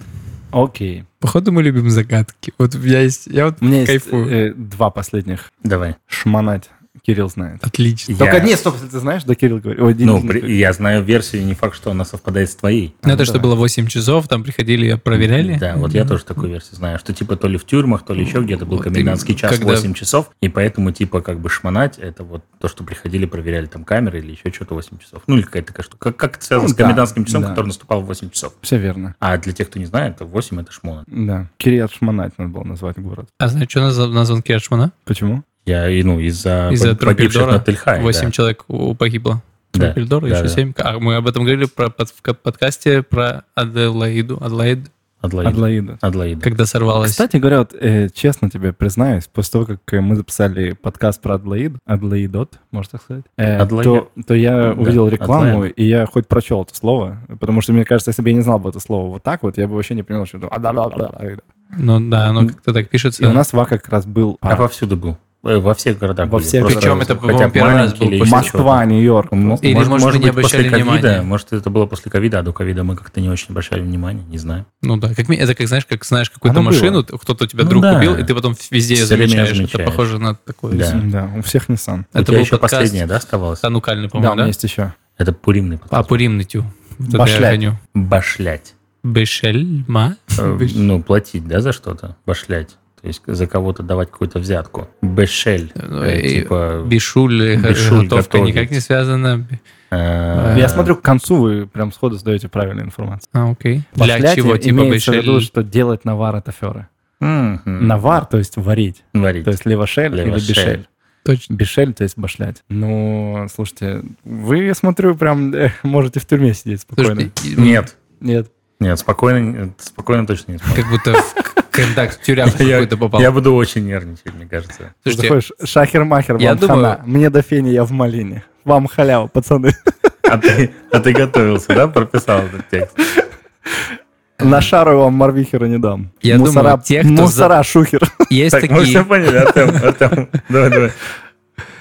[SPEAKER 1] Окей.
[SPEAKER 3] Походу мы любим загадки. Вот я есть, я вот
[SPEAKER 1] У меня есть
[SPEAKER 3] кайфую.
[SPEAKER 1] э, два последних.
[SPEAKER 2] Давай.
[SPEAKER 1] Шмонать. Кирилл знает.
[SPEAKER 3] Отлично.
[SPEAKER 2] Я-
[SPEAKER 1] Только нет, стоп, ты знаешь, да, Кирилл говорит? Ой,
[SPEAKER 2] Ну,
[SPEAKER 1] Денис
[SPEAKER 2] при-
[SPEAKER 1] говорит.
[SPEAKER 2] я знаю версию, не факт, что она совпадает с твоей.
[SPEAKER 1] А,
[SPEAKER 3] Ну, это
[SPEAKER 1] ну,
[SPEAKER 3] что
[SPEAKER 1] давай.
[SPEAKER 3] было 8 часов, там приходили, и проверяли.
[SPEAKER 2] Да, вот я тоже такую версию знаю, что типа то ли в тюрьмах, то ли еще где-то был
[SPEAKER 3] Вот и
[SPEAKER 2] комендантский час
[SPEAKER 3] когда-
[SPEAKER 2] 8 часов, и поэтому типа как бы шмонать, это вот то, что приходили, проверяли там камеры или еще что-то 8 часов. Ну или какая-то такая штука. Как, как это связано
[SPEAKER 1] Ну
[SPEAKER 2] с
[SPEAKER 1] да,
[SPEAKER 2] комендантским часом,
[SPEAKER 1] да.
[SPEAKER 2] который наступал в 8 часов?
[SPEAKER 1] Все верно.
[SPEAKER 2] А для тех, кто не знает, то 8 это шмона.
[SPEAKER 1] Да. Кириат Шмонать надо было назвать город.
[SPEAKER 3] А знаешь, что на, на звонке от Шмана?
[SPEAKER 1] Почему?
[SPEAKER 2] Я, и, ну, из-за,
[SPEAKER 3] Из-за
[SPEAKER 2] погиб- погибших
[SPEAKER 3] Тропидора
[SPEAKER 2] на Тельхае.
[SPEAKER 3] 8 человек у- погибло.
[SPEAKER 2] Да.
[SPEAKER 3] Трумпельдор,
[SPEAKER 2] Да,
[SPEAKER 3] еще
[SPEAKER 2] да.
[SPEAKER 3] 7. А мы об этом говорили про, под- в подкасте про Аделаиду. Аделаид,
[SPEAKER 2] Адлоида.
[SPEAKER 1] Адлоида.
[SPEAKER 2] Адлоида.
[SPEAKER 3] когда сорвалась.
[SPEAKER 1] Кстати говоря, вот, э, честно тебе признаюсь, после того, как э, мы записали подкаст про Адлоид, Адлоидот, можно так сказать, э,
[SPEAKER 2] Адлоид.
[SPEAKER 1] то, то я
[SPEAKER 2] Да,
[SPEAKER 1] увидел рекламу,
[SPEAKER 2] Адлоид.
[SPEAKER 1] и я хоть прочел это слово, потому что, мне кажется, если бы я не знал бы это слово вот так вот, я бы вообще не понял, что это а, Адлоид.
[SPEAKER 3] Ну да, оно как-то так пишется.
[SPEAKER 1] И у нас ВА как раз был
[SPEAKER 2] А повсюду был. Э, Во всех городах
[SPEAKER 1] Во
[SPEAKER 2] были.
[SPEAKER 1] всех
[SPEAKER 2] Просто
[SPEAKER 1] Причем
[SPEAKER 2] хотя
[SPEAKER 3] это, по-моему,
[SPEAKER 2] бы
[SPEAKER 3] первый раз
[SPEAKER 2] маленькие
[SPEAKER 3] был
[SPEAKER 2] или
[SPEAKER 3] после
[SPEAKER 2] еще
[SPEAKER 1] Москва, Нью-Йорк. ну,
[SPEAKER 2] М-
[SPEAKER 1] просто.
[SPEAKER 3] Или, может, мы не обращали
[SPEAKER 2] после ковида,
[SPEAKER 3] внимания.
[SPEAKER 2] может, это было после ковида, а до ковида мы как-то не очень обращали внимания, не знаю.
[SPEAKER 3] Ну да, как, ми- это как знаешь, как знаешь какую-то
[SPEAKER 1] Оно было.
[SPEAKER 3] машину, т- кто-то у тебя
[SPEAKER 2] Ну
[SPEAKER 3] друг
[SPEAKER 2] да.
[SPEAKER 3] купил, и ты потом везде ее
[SPEAKER 2] Всё время
[SPEAKER 3] замечаешь. Это
[SPEAKER 2] замечаешь.
[SPEAKER 3] похоже на такое.
[SPEAKER 2] Да.
[SPEAKER 1] Да, у всех Nissan.
[SPEAKER 2] Это У
[SPEAKER 3] Это
[SPEAKER 2] тебя
[SPEAKER 3] был
[SPEAKER 2] еще
[SPEAKER 3] подкаст
[SPEAKER 2] последняя, да, оставалась?
[SPEAKER 3] Танукальный,
[SPEAKER 1] Да, у
[SPEAKER 3] по-моему, да?
[SPEAKER 1] меня есть еще.
[SPEAKER 2] Это пуримный подкаст.
[SPEAKER 3] Папу Рим нытью. Вот это я
[SPEAKER 1] Башлять.
[SPEAKER 3] гоню.
[SPEAKER 2] Башлять.
[SPEAKER 3] Бешельма?
[SPEAKER 2] Э,
[SPEAKER 3] Беш-
[SPEAKER 2] Ну, платить, да, за что-то? Башлять. То есть за кого-то давать какую-то взятку. Бешель.
[SPEAKER 3] Ну,
[SPEAKER 2] Э,
[SPEAKER 3] и
[SPEAKER 2] Типа...
[SPEAKER 3] Бишуль, э,
[SPEAKER 2] Бишуль
[SPEAKER 3] готовка
[SPEAKER 2] готовить.
[SPEAKER 3] никак не связана.
[SPEAKER 2] Э,
[SPEAKER 1] Я смотрю, к концу вы прям сходу сдаете правильную информацию.
[SPEAKER 3] А, окей. Для
[SPEAKER 1] Проклятие
[SPEAKER 3] чего? Типа бы
[SPEAKER 1] имеется в виду,
[SPEAKER 3] решили...
[SPEAKER 1] что делать навар от аферы.
[SPEAKER 2] мгм.
[SPEAKER 1] Навар, то есть варить.
[SPEAKER 2] Варить.
[SPEAKER 1] То есть левошель или
[SPEAKER 2] Левошель.
[SPEAKER 1] бешель.
[SPEAKER 3] Точно.
[SPEAKER 1] Бешель, то есть башлять. Ну, слушайте, вы, я смотрю, прям э, можете в тюрьме сидеть спокойно.
[SPEAKER 3] Слушай, и-
[SPEAKER 2] Нет.
[SPEAKER 1] Нет.
[SPEAKER 2] Нет, спокойно, э, спокойно точно не смогу.
[SPEAKER 3] Как будто в к- контакт в тюрягу
[SPEAKER 2] Я,
[SPEAKER 3] какой-то попал.
[SPEAKER 2] я буду очень нервничать, мне кажется.
[SPEAKER 1] Ты
[SPEAKER 3] Слушайте,
[SPEAKER 1] заходишь, шахер-махер,
[SPEAKER 3] я
[SPEAKER 1] вам
[SPEAKER 3] думаю-
[SPEAKER 1] хана. Мне до фени, я в малине. Вам халява, пацаны.
[SPEAKER 2] А ты, а ты готовился, да, прописал этот текст?
[SPEAKER 1] На шару вам Марвихера не дам.
[SPEAKER 3] Я
[SPEAKER 1] мусора,
[SPEAKER 3] думаю, те, кто за-
[SPEAKER 1] мусора шухер.
[SPEAKER 3] есть
[SPEAKER 2] Так, мы все
[SPEAKER 3] такие...
[SPEAKER 2] поняли, Артем, Артем, давай, давай.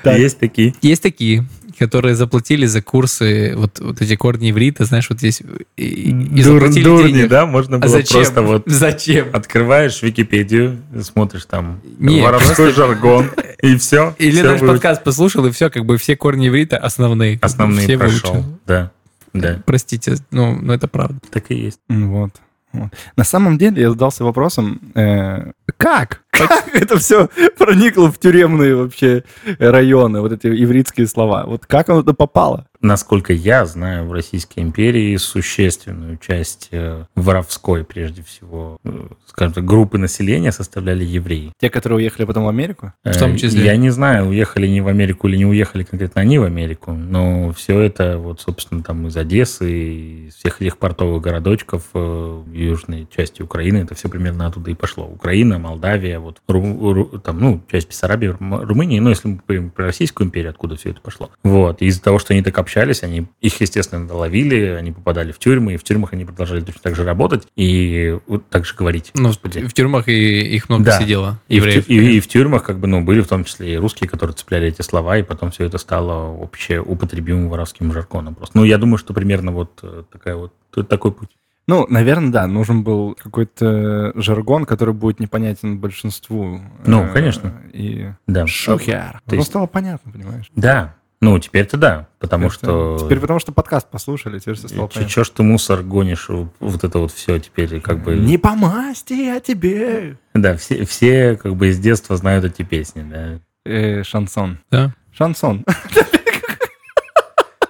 [SPEAKER 1] Так.
[SPEAKER 2] Есть такие.
[SPEAKER 3] Есть такие, которые заплатили за курсы, вот, вот эти корни иврита, знаешь, вот здесь... И, и
[SPEAKER 2] Дур-
[SPEAKER 3] заплатили
[SPEAKER 2] дурни,
[SPEAKER 3] денег.
[SPEAKER 2] да, можно
[SPEAKER 3] А
[SPEAKER 2] было
[SPEAKER 3] зачем?
[SPEAKER 2] просто вот
[SPEAKER 3] Зачем?
[SPEAKER 2] открываешь Википедию, смотришь там
[SPEAKER 3] Не,
[SPEAKER 2] воровской жаргон, и все.
[SPEAKER 3] Или
[SPEAKER 2] все
[SPEAKER 3] наш
[SPEAKER 2] выучил.
[SPEAKER 3] подкаст послушал, и все, как бы все корни иврита основные. как бы
[SPEAKER 2] Основные
[SPEAKER 3] все
[SPEAKER 2] прошел.
[SPEAKER 3] выучил.
[SPEAKER 2] Да, да,
[SPEAKER 3] Простите, ну, но это правда.
[SPEAKER 2] так и есть.
[SPEAKER 1] Вот. Вот. На самом деле я задался вопросом, э, как? Как это все проникло в тюремные вообще районы, вот эти ивритские слова? Вот как оно туда попало?
[SPEAKER 2] Насколько я знаю, в Российской империи существенную часть э, воровской, прежде всего, э, скажем так, группы населения составляли евреи.
[SPEAKER 1] Те, которые уехали потом в Америку?
[SPEAKER 2] Э,
[SPEAKER 3] В том числе.
[SPEAKER 2] Я не знаю, уехали они в Америку или не уехали конкретно они в Америку, но все это вот, собственно, там из Одессы, из всех этих портовых городочков э, в южной части Украины, это все примерно оттуда и пошло. Украина, Молдавия, вот, Ру- Ру- там, ну, часть Бессарабии, Рум- Румынии, ну, если мы говорим про Российскую империю, откуда все это пошло. Вот, и из-за того, что они так общались, они их, естественно, ловили, они попадали в тюрьмы, и в тюрьмах они продолжали точно так же работать и вот так же говорить.
[SPEAKER 3] Ну, в,
[SPEAKER 2] Господи.
[SPEAKER 3] в тюрьмах и, их много
[SPEAKER 2] Да.
[SPEAKER 3] сидело,
[SPEAKER 2] И в, тю-
[SPEAKER 3] евреев.
[SPEAKER 2] и, и в тюрьмах, как бы, ну, были в том числе и русские, которые цепляли эти слова, и потом все это стало общеупотребимым воровским жаргоном просто. Ну, я думаю, что примерно вот э, такая вот т- такой путь.
[SPEAKER 1] Ну, наверное, да, нужен был какой-то жаргон, который будет непонятен большинству.
[SPEAKER 2] Ну,
[SPEAKER 1] Э,
[SPEAKER 2] конечно.
[SPEAKER 1] И
[SPEAKER 2] Да.
[SPEAKER 1] шухер.
[SPEAKER 2] То
[SPEAKER 1] Ну,
[SPEAKER 2] есть-
[SPEAKER 1] стало понятно, понимаешь?
[SPEAKER 2] Да. Ну, теперь-то да, потому
[SPEAKER 1] Теперь
[SPEAKER 2] что...
[SPEAKER 1] Теперь потому что подкаст послушали, теперь все стало понятно.
[SPEAKER 2] Че ж ты мусор гонишь, в- вот это вот все теперь как бы...
[SPEAKER 1] Не по масти, я тебе.
[SPEAKER 2] Да, все, все как бы из детства знают эти песни, да.
[SPEAKER 1] Э, шансон.
[SPEAKER 3] Да.
[SPEAKER 1] Шансон.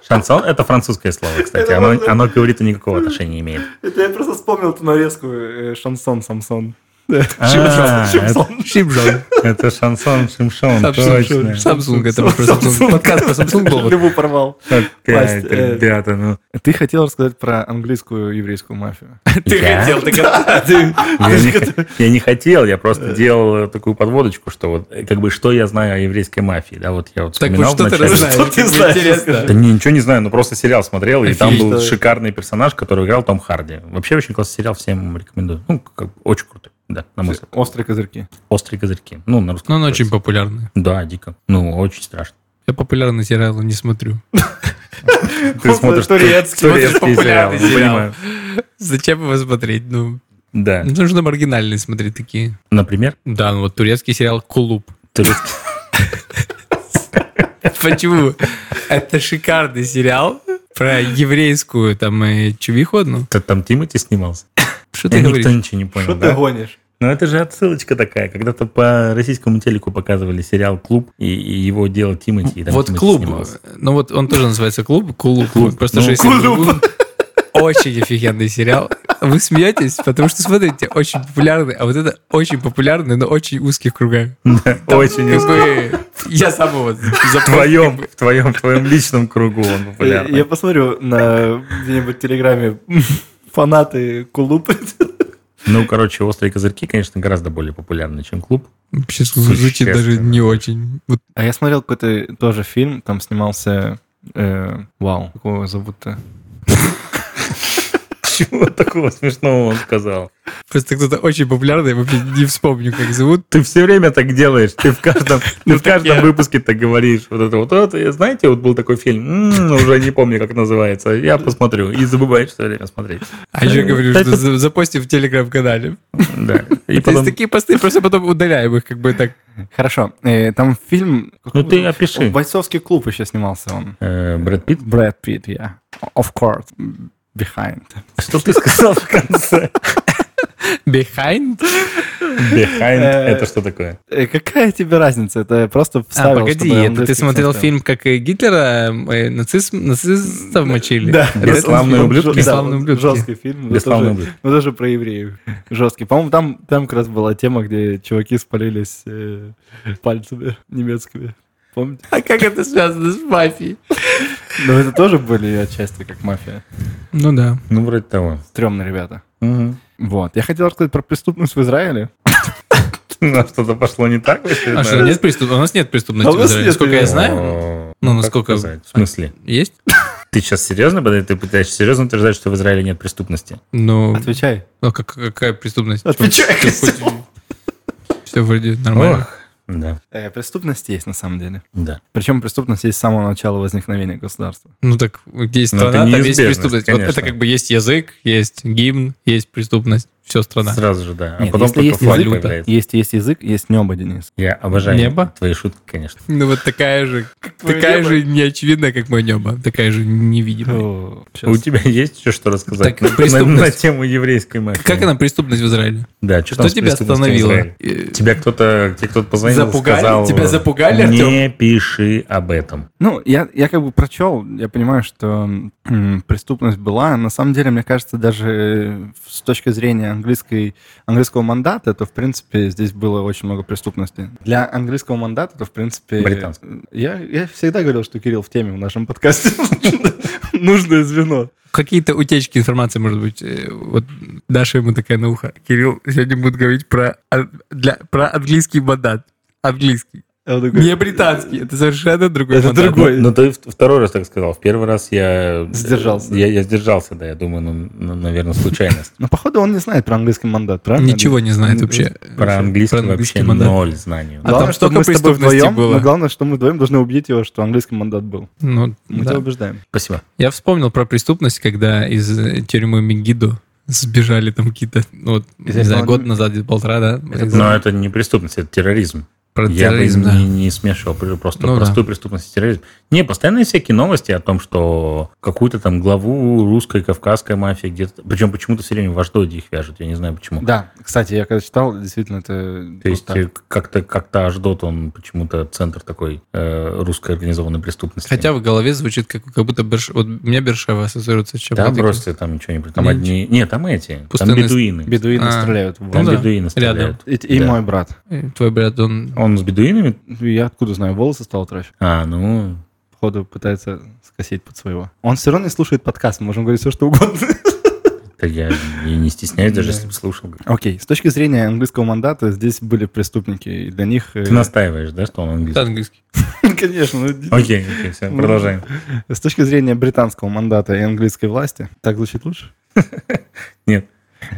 [SPEAKER 2] Шансон — это французское слово, кстати.
[SPEAKER 1] Это
[SPEAKER 2] Оно,
[SPEAKER 1] можно-
[SPEAKER 2] оно к ивриту никакого отношения не имеет.
[SPEAKER 1] Это я просто вспомнил эту нарезку э, Шансон Самсон.
[SPEAKER 2] А,
[SPEAKER 3] Шимжон.
[SPEAKER 2] Это шансон Шимшон, точно.
[SPEAKER 3] Samsung, это про Samsung. Подкаст про Samsung был.
[SPEAKER 1] Любу порвал.
[SPEAKER 2] Опять,
[SPEAKER 1] Власть, э,
[SPEAKER 2] ребята, ну...
[SPEAKER 1] Ты хотел рассказать про английскую еврейскую мафию.
[SPEAKER 2] Я?
[SPEAKER 3] ты как-
[SPEAKER 2] Я не, хот- я не хотел, я просто делал э, такую подводочку, что вот, э, как бы, что я знаю о еврейской мафии, да, вот я вот
[SPEAKER 3] Так
[SPEAKER 2] вспоминал
[SPEAKER 3] вот что ты
[SPEAKER 2] вначале.
[SPEAKER 3] знаешь?
[SPEAKER 1] Что ты
[SPEAKER 3] Мне
[SPEAKER 1] знаешь,
[SPEAKER 3] интересно.
[SPEAKER 2] Да не, ничего не знаю, но просто сериал смотрел, и там был
[SPEAKER 1] Офигеть.
[SPEAKER 2] шикарный персонаж, который играл Том Харди. Вообще очень классный сериал, всем рекомендую. Ну, как бы очень крутой, да, на мой взгляд.
[SPEAKER 1] Острые козырьки.
[SPEAKER 2] Острые козырьки. Ну, на русском.
[SPEAKER 3] Ну, он очень
[SPEAKER 2] называется.
[SPEAKER 3] популярный.
[SPEAKER 2] Да, дико. Ну, очень страшно.
[SPEAKER 3] Я популярные сериалы не смотрю.
[SPEAKER 2] Ты смотришь
[SPEAKER 1] турецкий.
[SPEAKER 2] турецкий сериал,
[SPEAKER 3] Популярный
[SPEAKER 2] ну,
[SPEAKER 3] сериал.
[SPEAKER 2] понимаю.
[SPEAKER 3] Зачем его смотреть? Ну,
[SPEAKER 2] Да.
[SPEAKER 3] нужно маргинальные смотреть такие.
[SPEAKER 2] Например,
[SPEAKER 3] Да, ну вот турецкий сериал «Кулуп».
[SPEAKER 2] турецкий.
[SPEAKER 3] Почему? Это шикарный сериал про еврейскую там э, чувиху одну.
[SPEAKER 2] Т- Там Тимати снимался.
[SPEAKER 3] Что
[SPEAKER 2] Я
[SPEAKER 3] ты
[SPEAKER 2] никто
[SPEAKER 3] говоришь?
[SPEAKER 2] ничего не понял,
[SPEAKER 1] Что ты
[SPEAKER 2] да?
[SPEAKER 1] гонишь?
[SPEAKER 2] Ну, это же отсылочка такая. Когда-то по российскому телеку показывали сериал «Клуб», и, и его делал Тимати. и там
[SPEAKER 3] Вот
[SPEAKER 2] Тимати
[SPEAKER 3] клуб.
[SPEAKER 2] снимался.
[SPEAKER 3] Ну вот он тоже называется клуб. Клуб. Просто
[SPEAKER 2] Ну,
[SPEAKER 3] что если- Очень офигенный сериал. Вы смеетесь, потому что, смотрите, очень популярный, а вот это очень популярный, но очень узких кругах.
[SPEAKER 2] Ну, Очень
[SPEAKER 3] Как
[SPEAKER 2] уз-
[SPEAKER 3] бы я сам его
[SPEAKER 2] в твоем, в твоем, в твоем личном кругу он популярный.
[SPEAKER 1] Я посмотрю на где-нибудь телеграме фанаты Кулуп.
[SPEAKER 2] Ну, короче, «Острые козырьки», конечно, гораздо более популярны, чем «Клуб».
[SPEAKER 3] Вообще звучит
[SPEAKER 2] Существенно.
[SPEAKER 3] даже не очень. Вот
[SPEAKER 1] А я смотрел какой-то тоже фильм, там снимался... э, Вау, как его зовут-то?
[SPEAKER 2] Чего такого смешного он сказал?
[SPEAKER 3] Просто кто-то очень популярный, я вообще не вспомню, как зовут.
[SPEAKER 2] Ты все время так делаешь. Ты в каждом, ты
[SPEAKER 3] Ну,
[SPEAKER 2] в
[SPEAKER 3] так
[SPEAKER 2] каждом
[SPEAKER 3] я-
[SPEAKER 2] выпуске так говоришь. Вот это вот. Вот, и знаете, вот был такой фильм, м, уже не помню, как называется. Я посмотрю. И забываешь все время смотреть.
[SPEAKER 3] А еще говорю,
[SPEAKER 2] Э, Это-
[SPEAKER 3] что за- запостим в телеграм-канале.
[SPEAKER 2] Да. И
[SPEAKER 3] То есть
[SPEAKER 2] потом-
[SPEAKER 3] такие посты просто потом удаляем их, как бы так.
[SPEAKER 1] Хорошо, э, там фильм...
[SPEAKER 2] Ну, ты опиши.
[SPEAKER 1] Бойцовский клуб еще снимался он.
[SPEAKER 2] Э, Брэд Питт?
[SPEAKER 1] Брэд Питт, я. Of course. Behind.
[SPEAKER 2] Что ты сказал в конце?
[SPEAKER 3] Behind?
[SPEAKER 2] Behind
[SPEAKER 1] Э,
[SPEAKER 2] это что такое?
[SPEAKER 1] Э, Какая тебе разница? Это просто
[SPEAKER 3] А,
[SPEAKER 1] вставил,
[SPEAKER 3] погоди,
[SPEAKER 1] чтобы
[SPEAKER 3] это
[SPEAKER 1] английский
[SPEAKER 3] ты смотрел
[SPEAKER 1] акцент был.
[SPEAKER 3] фильм, как и Гитлера э, нацизм- нацистов мочили?
[SPEAKER 1] Да. ну,
[SPEAKER 3] Это
[SPEAKER 2] Бесславные
[SPEAKER 3] фильм-
[SPEAKER 2] ублюдки.
[SPEAKER 3] Бесславные
[SPEAKER 1] Да,
[SPEAKER 3] ублюдки.
[SPEAKER 1] Жесткий фильм. но
[SPEAKER 2] Бесславные
[SPEAKER 1] тоже-
[SPEAKER 2] ублюдки.
[SPEAKER 1] Ну, даже про евреев. Жесткий. По-моему, там, там как раз была тема, где чуваки спалились э, пальцами немецкими. Помните?
[SPEAKER 3] А как это связано с мафией?
[SPEAKER 1] Но Ну, это тоже были отчасти как мафия.
[SPEAKER 3] Ну да.
[SPEAKER 2] Ну, вроде того.
[SPEAKER 1] Стрёмные ребята.
[SPEAKER 2] Мгм.
[SPEAKER 1] Вот. Я хотел рассказать про преступность в Израиле.
[SPEAKER 2] У нас что-то пошло не так? вообще,
[SPEAKER 3] А
[SPEAKER 2] да?
[SPEAKER 3] что, нет преступ- У нас нет преступности
[SPEAKER 1] А у
[SPEAKER 3] в
[SPEAKER 1] нас
[SPEAKER 3] Израиле,
[SPEAKER 1] нет
[SPEAKER 3] Сколько я
[SPEAKER 1] ее.
[SPEAKER 3] знаю,
[SPEAKER 2] О,
[SPEAKER 3] Ну,
[SPEAKER 2] как
[SPEAKER 3] насколько-
[SPEAKER 2] сказать? В смысле?
[SPEAKER 3] есть.
[SPEAKER 2] Ты сейчас серьезно? Ты ты пытаешься серьезно утверждать, что в Израиле нет преступности?
[SPEAKER 3] Ну,
[SPEAKER 1] Отвечай.
[SPEAKER 3] а как- какая преступность?
[SPEAKER 1] Отвечай,
[SPEAKER 3] Все вроде нормально.
[SPEAKER 2] Ох, да,
[SPEAKER 1] Э, Преступность есть на самом деле.
[SPEAKER 2] да.
[SPEAKER 1] Причем преступность есть с самого начала возникновения государства.
[SPEAKER 3] Ну так, где есть
[SPEAKER 2] Ну, это
[SPEAKER 3] страна, там есть
[SPEAKER 2] неизбежность,
[SPEAKER 3] преступность. Вот это
[SPEAKER 2] конечно.
[SPEAKER 3] как бы есть язык, есть гимн, есть преступность. Все страна.
[SPEAKER 2] Сразу же, да. А
[SPEAKER 1] Нет,
[SPEAKER 2] потом
[SPEAKER 1] если
[SPEAKER 2] только
[SPEAKER 1] есть
[SPEAKER 2] флаг
[SPEAKER 1] язык,
[SPEAKER 2] появляется.
[SPEAKER 1] Есть, есть язык, есть небо, Денис.
[SPEAKER 2] Я обожаю
[SPEAKER 3] Небо?
[SPEAKER 2] твои шутки, конечно.
[SPEAKER 3] Ну вот такая же,
[SPEAKER 1] твое
[SPEAKER 3] такая
[SPEAKER 1] небо.
[SPEAKER 3] же неочевидная, как мое небо. Такая же невидимая.
[SPEAKER 1] О,
[SPEAKER 2] У
[SPEAKER 1] щас.
[SPEAKER 2] тебя есть еще что рассказать
[SPEAKER 3] Так,
[SPEAKER 2] на- на,
[SPEAKER 3] преступность.
[SPEAKER 2] на тему еврейской мафии?
[SPEAKER 3] Как она преступность в Израиле?
[SPEAKER 2] Да, что,
[SPEAKER 3] Что
[SPEAKER 2] там с
[SPEAKER 3] тебя
[SPEAKER 2] преступностью в
[SPEAKER 3] остановило?
[SPEAKER 2] Израиле?
[SPEAKER 3] Э,
[SPEAKER 2] Тебя кто-то, тебе кто-то позвонил, и
[SPEAKER 3] Запугали?
[SPEAKER 2] сказал, э,
[SPEAKER 3] Тебя запугали,
[SPEAKER 2] не пиши об этом.
[SPEAKER 1] Ну, я, я как бы прочел, я понимаю, что м, преступность была. На самом деле, мне кажется, даже э, с точки зрения английской, английского мандата, то, в принципе, здесь было очень много преступности. Для английского мандата, то, в принципе...
[SPEAKER 2] Британского.
[SPEAKER 1] Я, я всегда говорил, что Кирилл в теме в нашем подкасте. Нужное звено.
[SPEAKER 3] Какие-то утечки информации, может быть. э, Вот Даша ему такая на ухо. Кирилл сегодня будет говорить про, а, для, про английский мандат. Английский.
[SPEAKER 1] Я вот такой,
[SPEAKER 3] Не британский. Это совершенно другой
[SPEAKER 1] Это
[SPEAKER 3] мандат.
[SPEAKER 1] другой. Ой.
[SPEAKER 2] Ну, ты в- второй раз так сказал. В первый раз я... э,
[SPEAKER 1] Сдержался.
[SPEAKER 2] Я, я сдержался, да. Я думаю, ну, наверное, случайность.
[SPEAKER 1] Ну, походу, он не знает про английский мандат, правильно?
[SPEAKER 3] Ничего не знает вообще.
[SPEAKER 2] Про английский
[SPEAKER 3] Про английский
[SPEAKER 2] вообще
[SPEAKER 3] мандат.
[SPEAKER 2] ноль знаний.
[SPEAKER 3] А там
[SPEAKER 1] Главное, что
[SPEAKER 3] столько
[SPEAKER 1] мы с тобой
[SPEAKER 3] преступности
[SPEAKER 1] вдвоем,
[SPEAKER 3] было.
[SPEAKER 1] но главное, что мы вдвоем должны убедить его, что английский мандат был.
[SPEAKER 3] Ну,
[SPEAKER 1] Мы
[SPEAKER 3] да.
[SPEAKER 1] тебя убеждаем.
[SPEAKER 2] Спасибо.
[SPEAKER 3] Я вспомнил про преступность, когда из э, тюрьмы Мегидо сбежали там какие-то, ну, вот, не
[SPEAKER 1] Известного
[SPEAKER 3] знаю, год
[SPEAKER 1] адми-
[SPEAKER 3] назад, где-то полтора, да?
[SPEAKER 2] Но это не преступность, это терроризм.
[SPEAKER 3] Про
[SPEAKER 2] Я бы
[SPEAKER 3] терроризм, да.
[SPEAKER 2] не, не смешивал пр- просто
[SPEAKER 3] Ну да.
[SPEAKER 2] простую преступность и терроризм. Не, постоянно всякие новости о том, что какую-то там главу русской, кавказской мафии где-то... Причем почему-то все время в Аждоде их вяжут, я не знаю почему.
[SPEAKER 1] Да, кстати, я когда читал, действительно, это...
[SPEAKER 2] То есть
[SPEAKER 1] круто.
[SPEAKER 2] э, как-то как Аждот, он почему-то центр такой э, русской организованной преступности.
[SPEAKER 3] Хотя в голове звучит как, как будто Берш... вот у меня Бершева ассоциируется с
[SPEAKER 2] Да,
[SPEAKER 3] чем-то. таким.
[SPEAKER 2] бросьте там ничего не... при- Там
[SPEAKER 3] Не,
[SPEAKER 2] одни... Не, там эти.
[SPEAKER 3] Пустынные
[SPEAKER 2] Там бедуины.
[SPEAKER 1] Бедуины
[SPEAKER 3] А,
[SPEAKER 1] стреляют. в
[SPEAKER 2] Там
[SPEAKER 1] волосы.
[SPEAKER 3] да,
[SPEAKER 2] бедуины стреляют.
[SPEAKER 1] И, и
[SPEAKER 2] ну Да.
[SPEAKER 1] мой брат.
[SPEAKER 3] Э, Твой брат, он...
[SPEAKER 2] Он с бедуинами?
[SPEAKER 1] Я откуда знаю, волосы стал тратить.
[SPEAKER 2] А, ну...
[SPEAKER 1] Походу пытается скосить под своего. Он все равно не слушает подкаст, мы можем говорить все, что угодно.
[SPEAKER 2] это я и не стесняюсь, даже
[SPEAKER 1] Да.
[SPEAKER 2] если бы слушал.
[SPEAKER 1] Окей, с точки зрения английского мандата, здесь были преступники, и для них... э,
[SPEAKER 2] Ты настаиваешь, да, что он
[SPEAKER 3] Это
[SPEAKER 2] английский?
[SPEAKER 3] английский.
[SPEAKER 1] Конечно. ну,
[SPEAKER 2] Окей, окей, все,
[SPEAKER 1] Ну,
[SPEAKER 2] продолжаем.
[SPEAKER 1] С точки зрения британского мандата и английской власти, так звучит лучше?
[SPEAKER 2] Нет.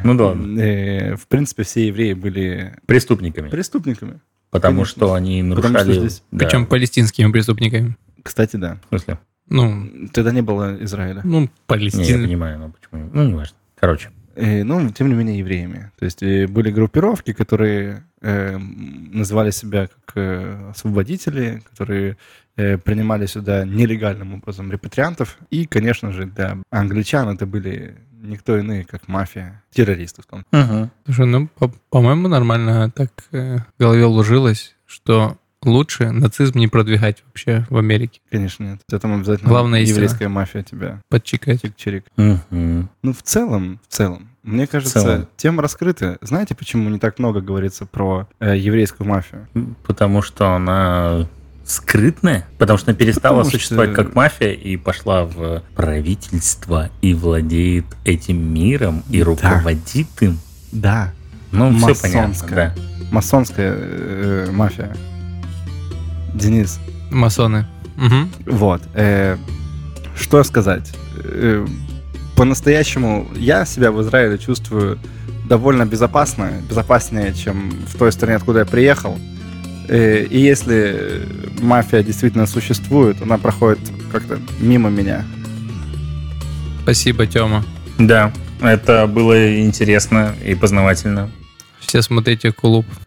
[SPEAKER 2] Ну да ладно.
[SPEAKER 1] Э, В принципе, все евреи были
[SPEAKER 2] Преступниками.
[SPEAKER 1] преступниками.
[SPEAKER 2] Потому
[SPEAKER 1] Конечно.
[SPEAKER 2] что они
[SPEAKER 1] Потому
[SPEAKER 2] нарушали...
[SPEAKER 1] что здесь-
[SPEAKER 2] Да,
[SPEAKER 3] Причем палестинскими преступниками.
[SPEAKER 1] Кстати, да.
[SPEAKER 2] В смысле?
[SPEAKER 3] Ну,
[SPEAKER 1] Тогда не было Израиля.
[SPEAKER 3] ну,
[SPEAKER 2] Не, я
[SPEAKER 3] Палестина.
[SPEAKER 2] понимаю, но почему. Ну, не важно. Короче.
[SPEAKER 1] Э, Ну, тем не менее, евреями. То есть э, были группировки, которые э, м, называли себя как э, освободители, которые э, принимали сюда нелегальным образом репатриантов. И, конечно же, для англичан это были никто иные, как мафия, террористов. там.
[SPEAKER 3] Слушай, ну, по- по-моему, нормально так э, в голове лужилось, что лучше нацизм не продвигать вообще в Америке.
[SPEAKER 1] Конечно, нет. Это там обязательно
[SPEAKER 3] Главная истина.
[SPEAKER 1] еврейская мафия тебя
[SPEAKER 3] Подчекать.
[SPEAKER 1] чик-чирик.
[SPEAKER 2] Мгм.
[SPEAKER 1] Ну, в целом, в целом, мне кажется,
[SPEAKER 2] целом.
[SPEAKER 1] тема раскрыта. Знаете, почему не так много говорится про э, еврейскую мафию?
[SPEAKER 2] Потому что она скрытная, потому что она перестала
[SPEAKER 1] Потому что-
[SPEAKER 2] существовать как мафия и пошла в правительство и владеет этим миром и руководит им.
[SPEAKER 1] Да,
[SPEAKER 2] Ну, все понятно,
[SPEAKER 1] Масонская.
[SPEAKER 2] да.
[SPEAKER 1] масонская э, мафия. Денис,
[SPEAKER 3] Масоны. Мгм.
[SPEAKER 1] вот. э, что сказать? Э, по-настоящему я себя в Израиле чувствую довольно безопасно, безопаснее, чем в той стране, откуда я приехал. Э, и если э, мафия действительно существует, она проходит как-то мимо меня.
[SPEAKER 3] Спасибо, Тёма.
[SPEAKER 2] Да, это было интересно и познавательно.
[SPEAKER 3] Все смотрите клуб.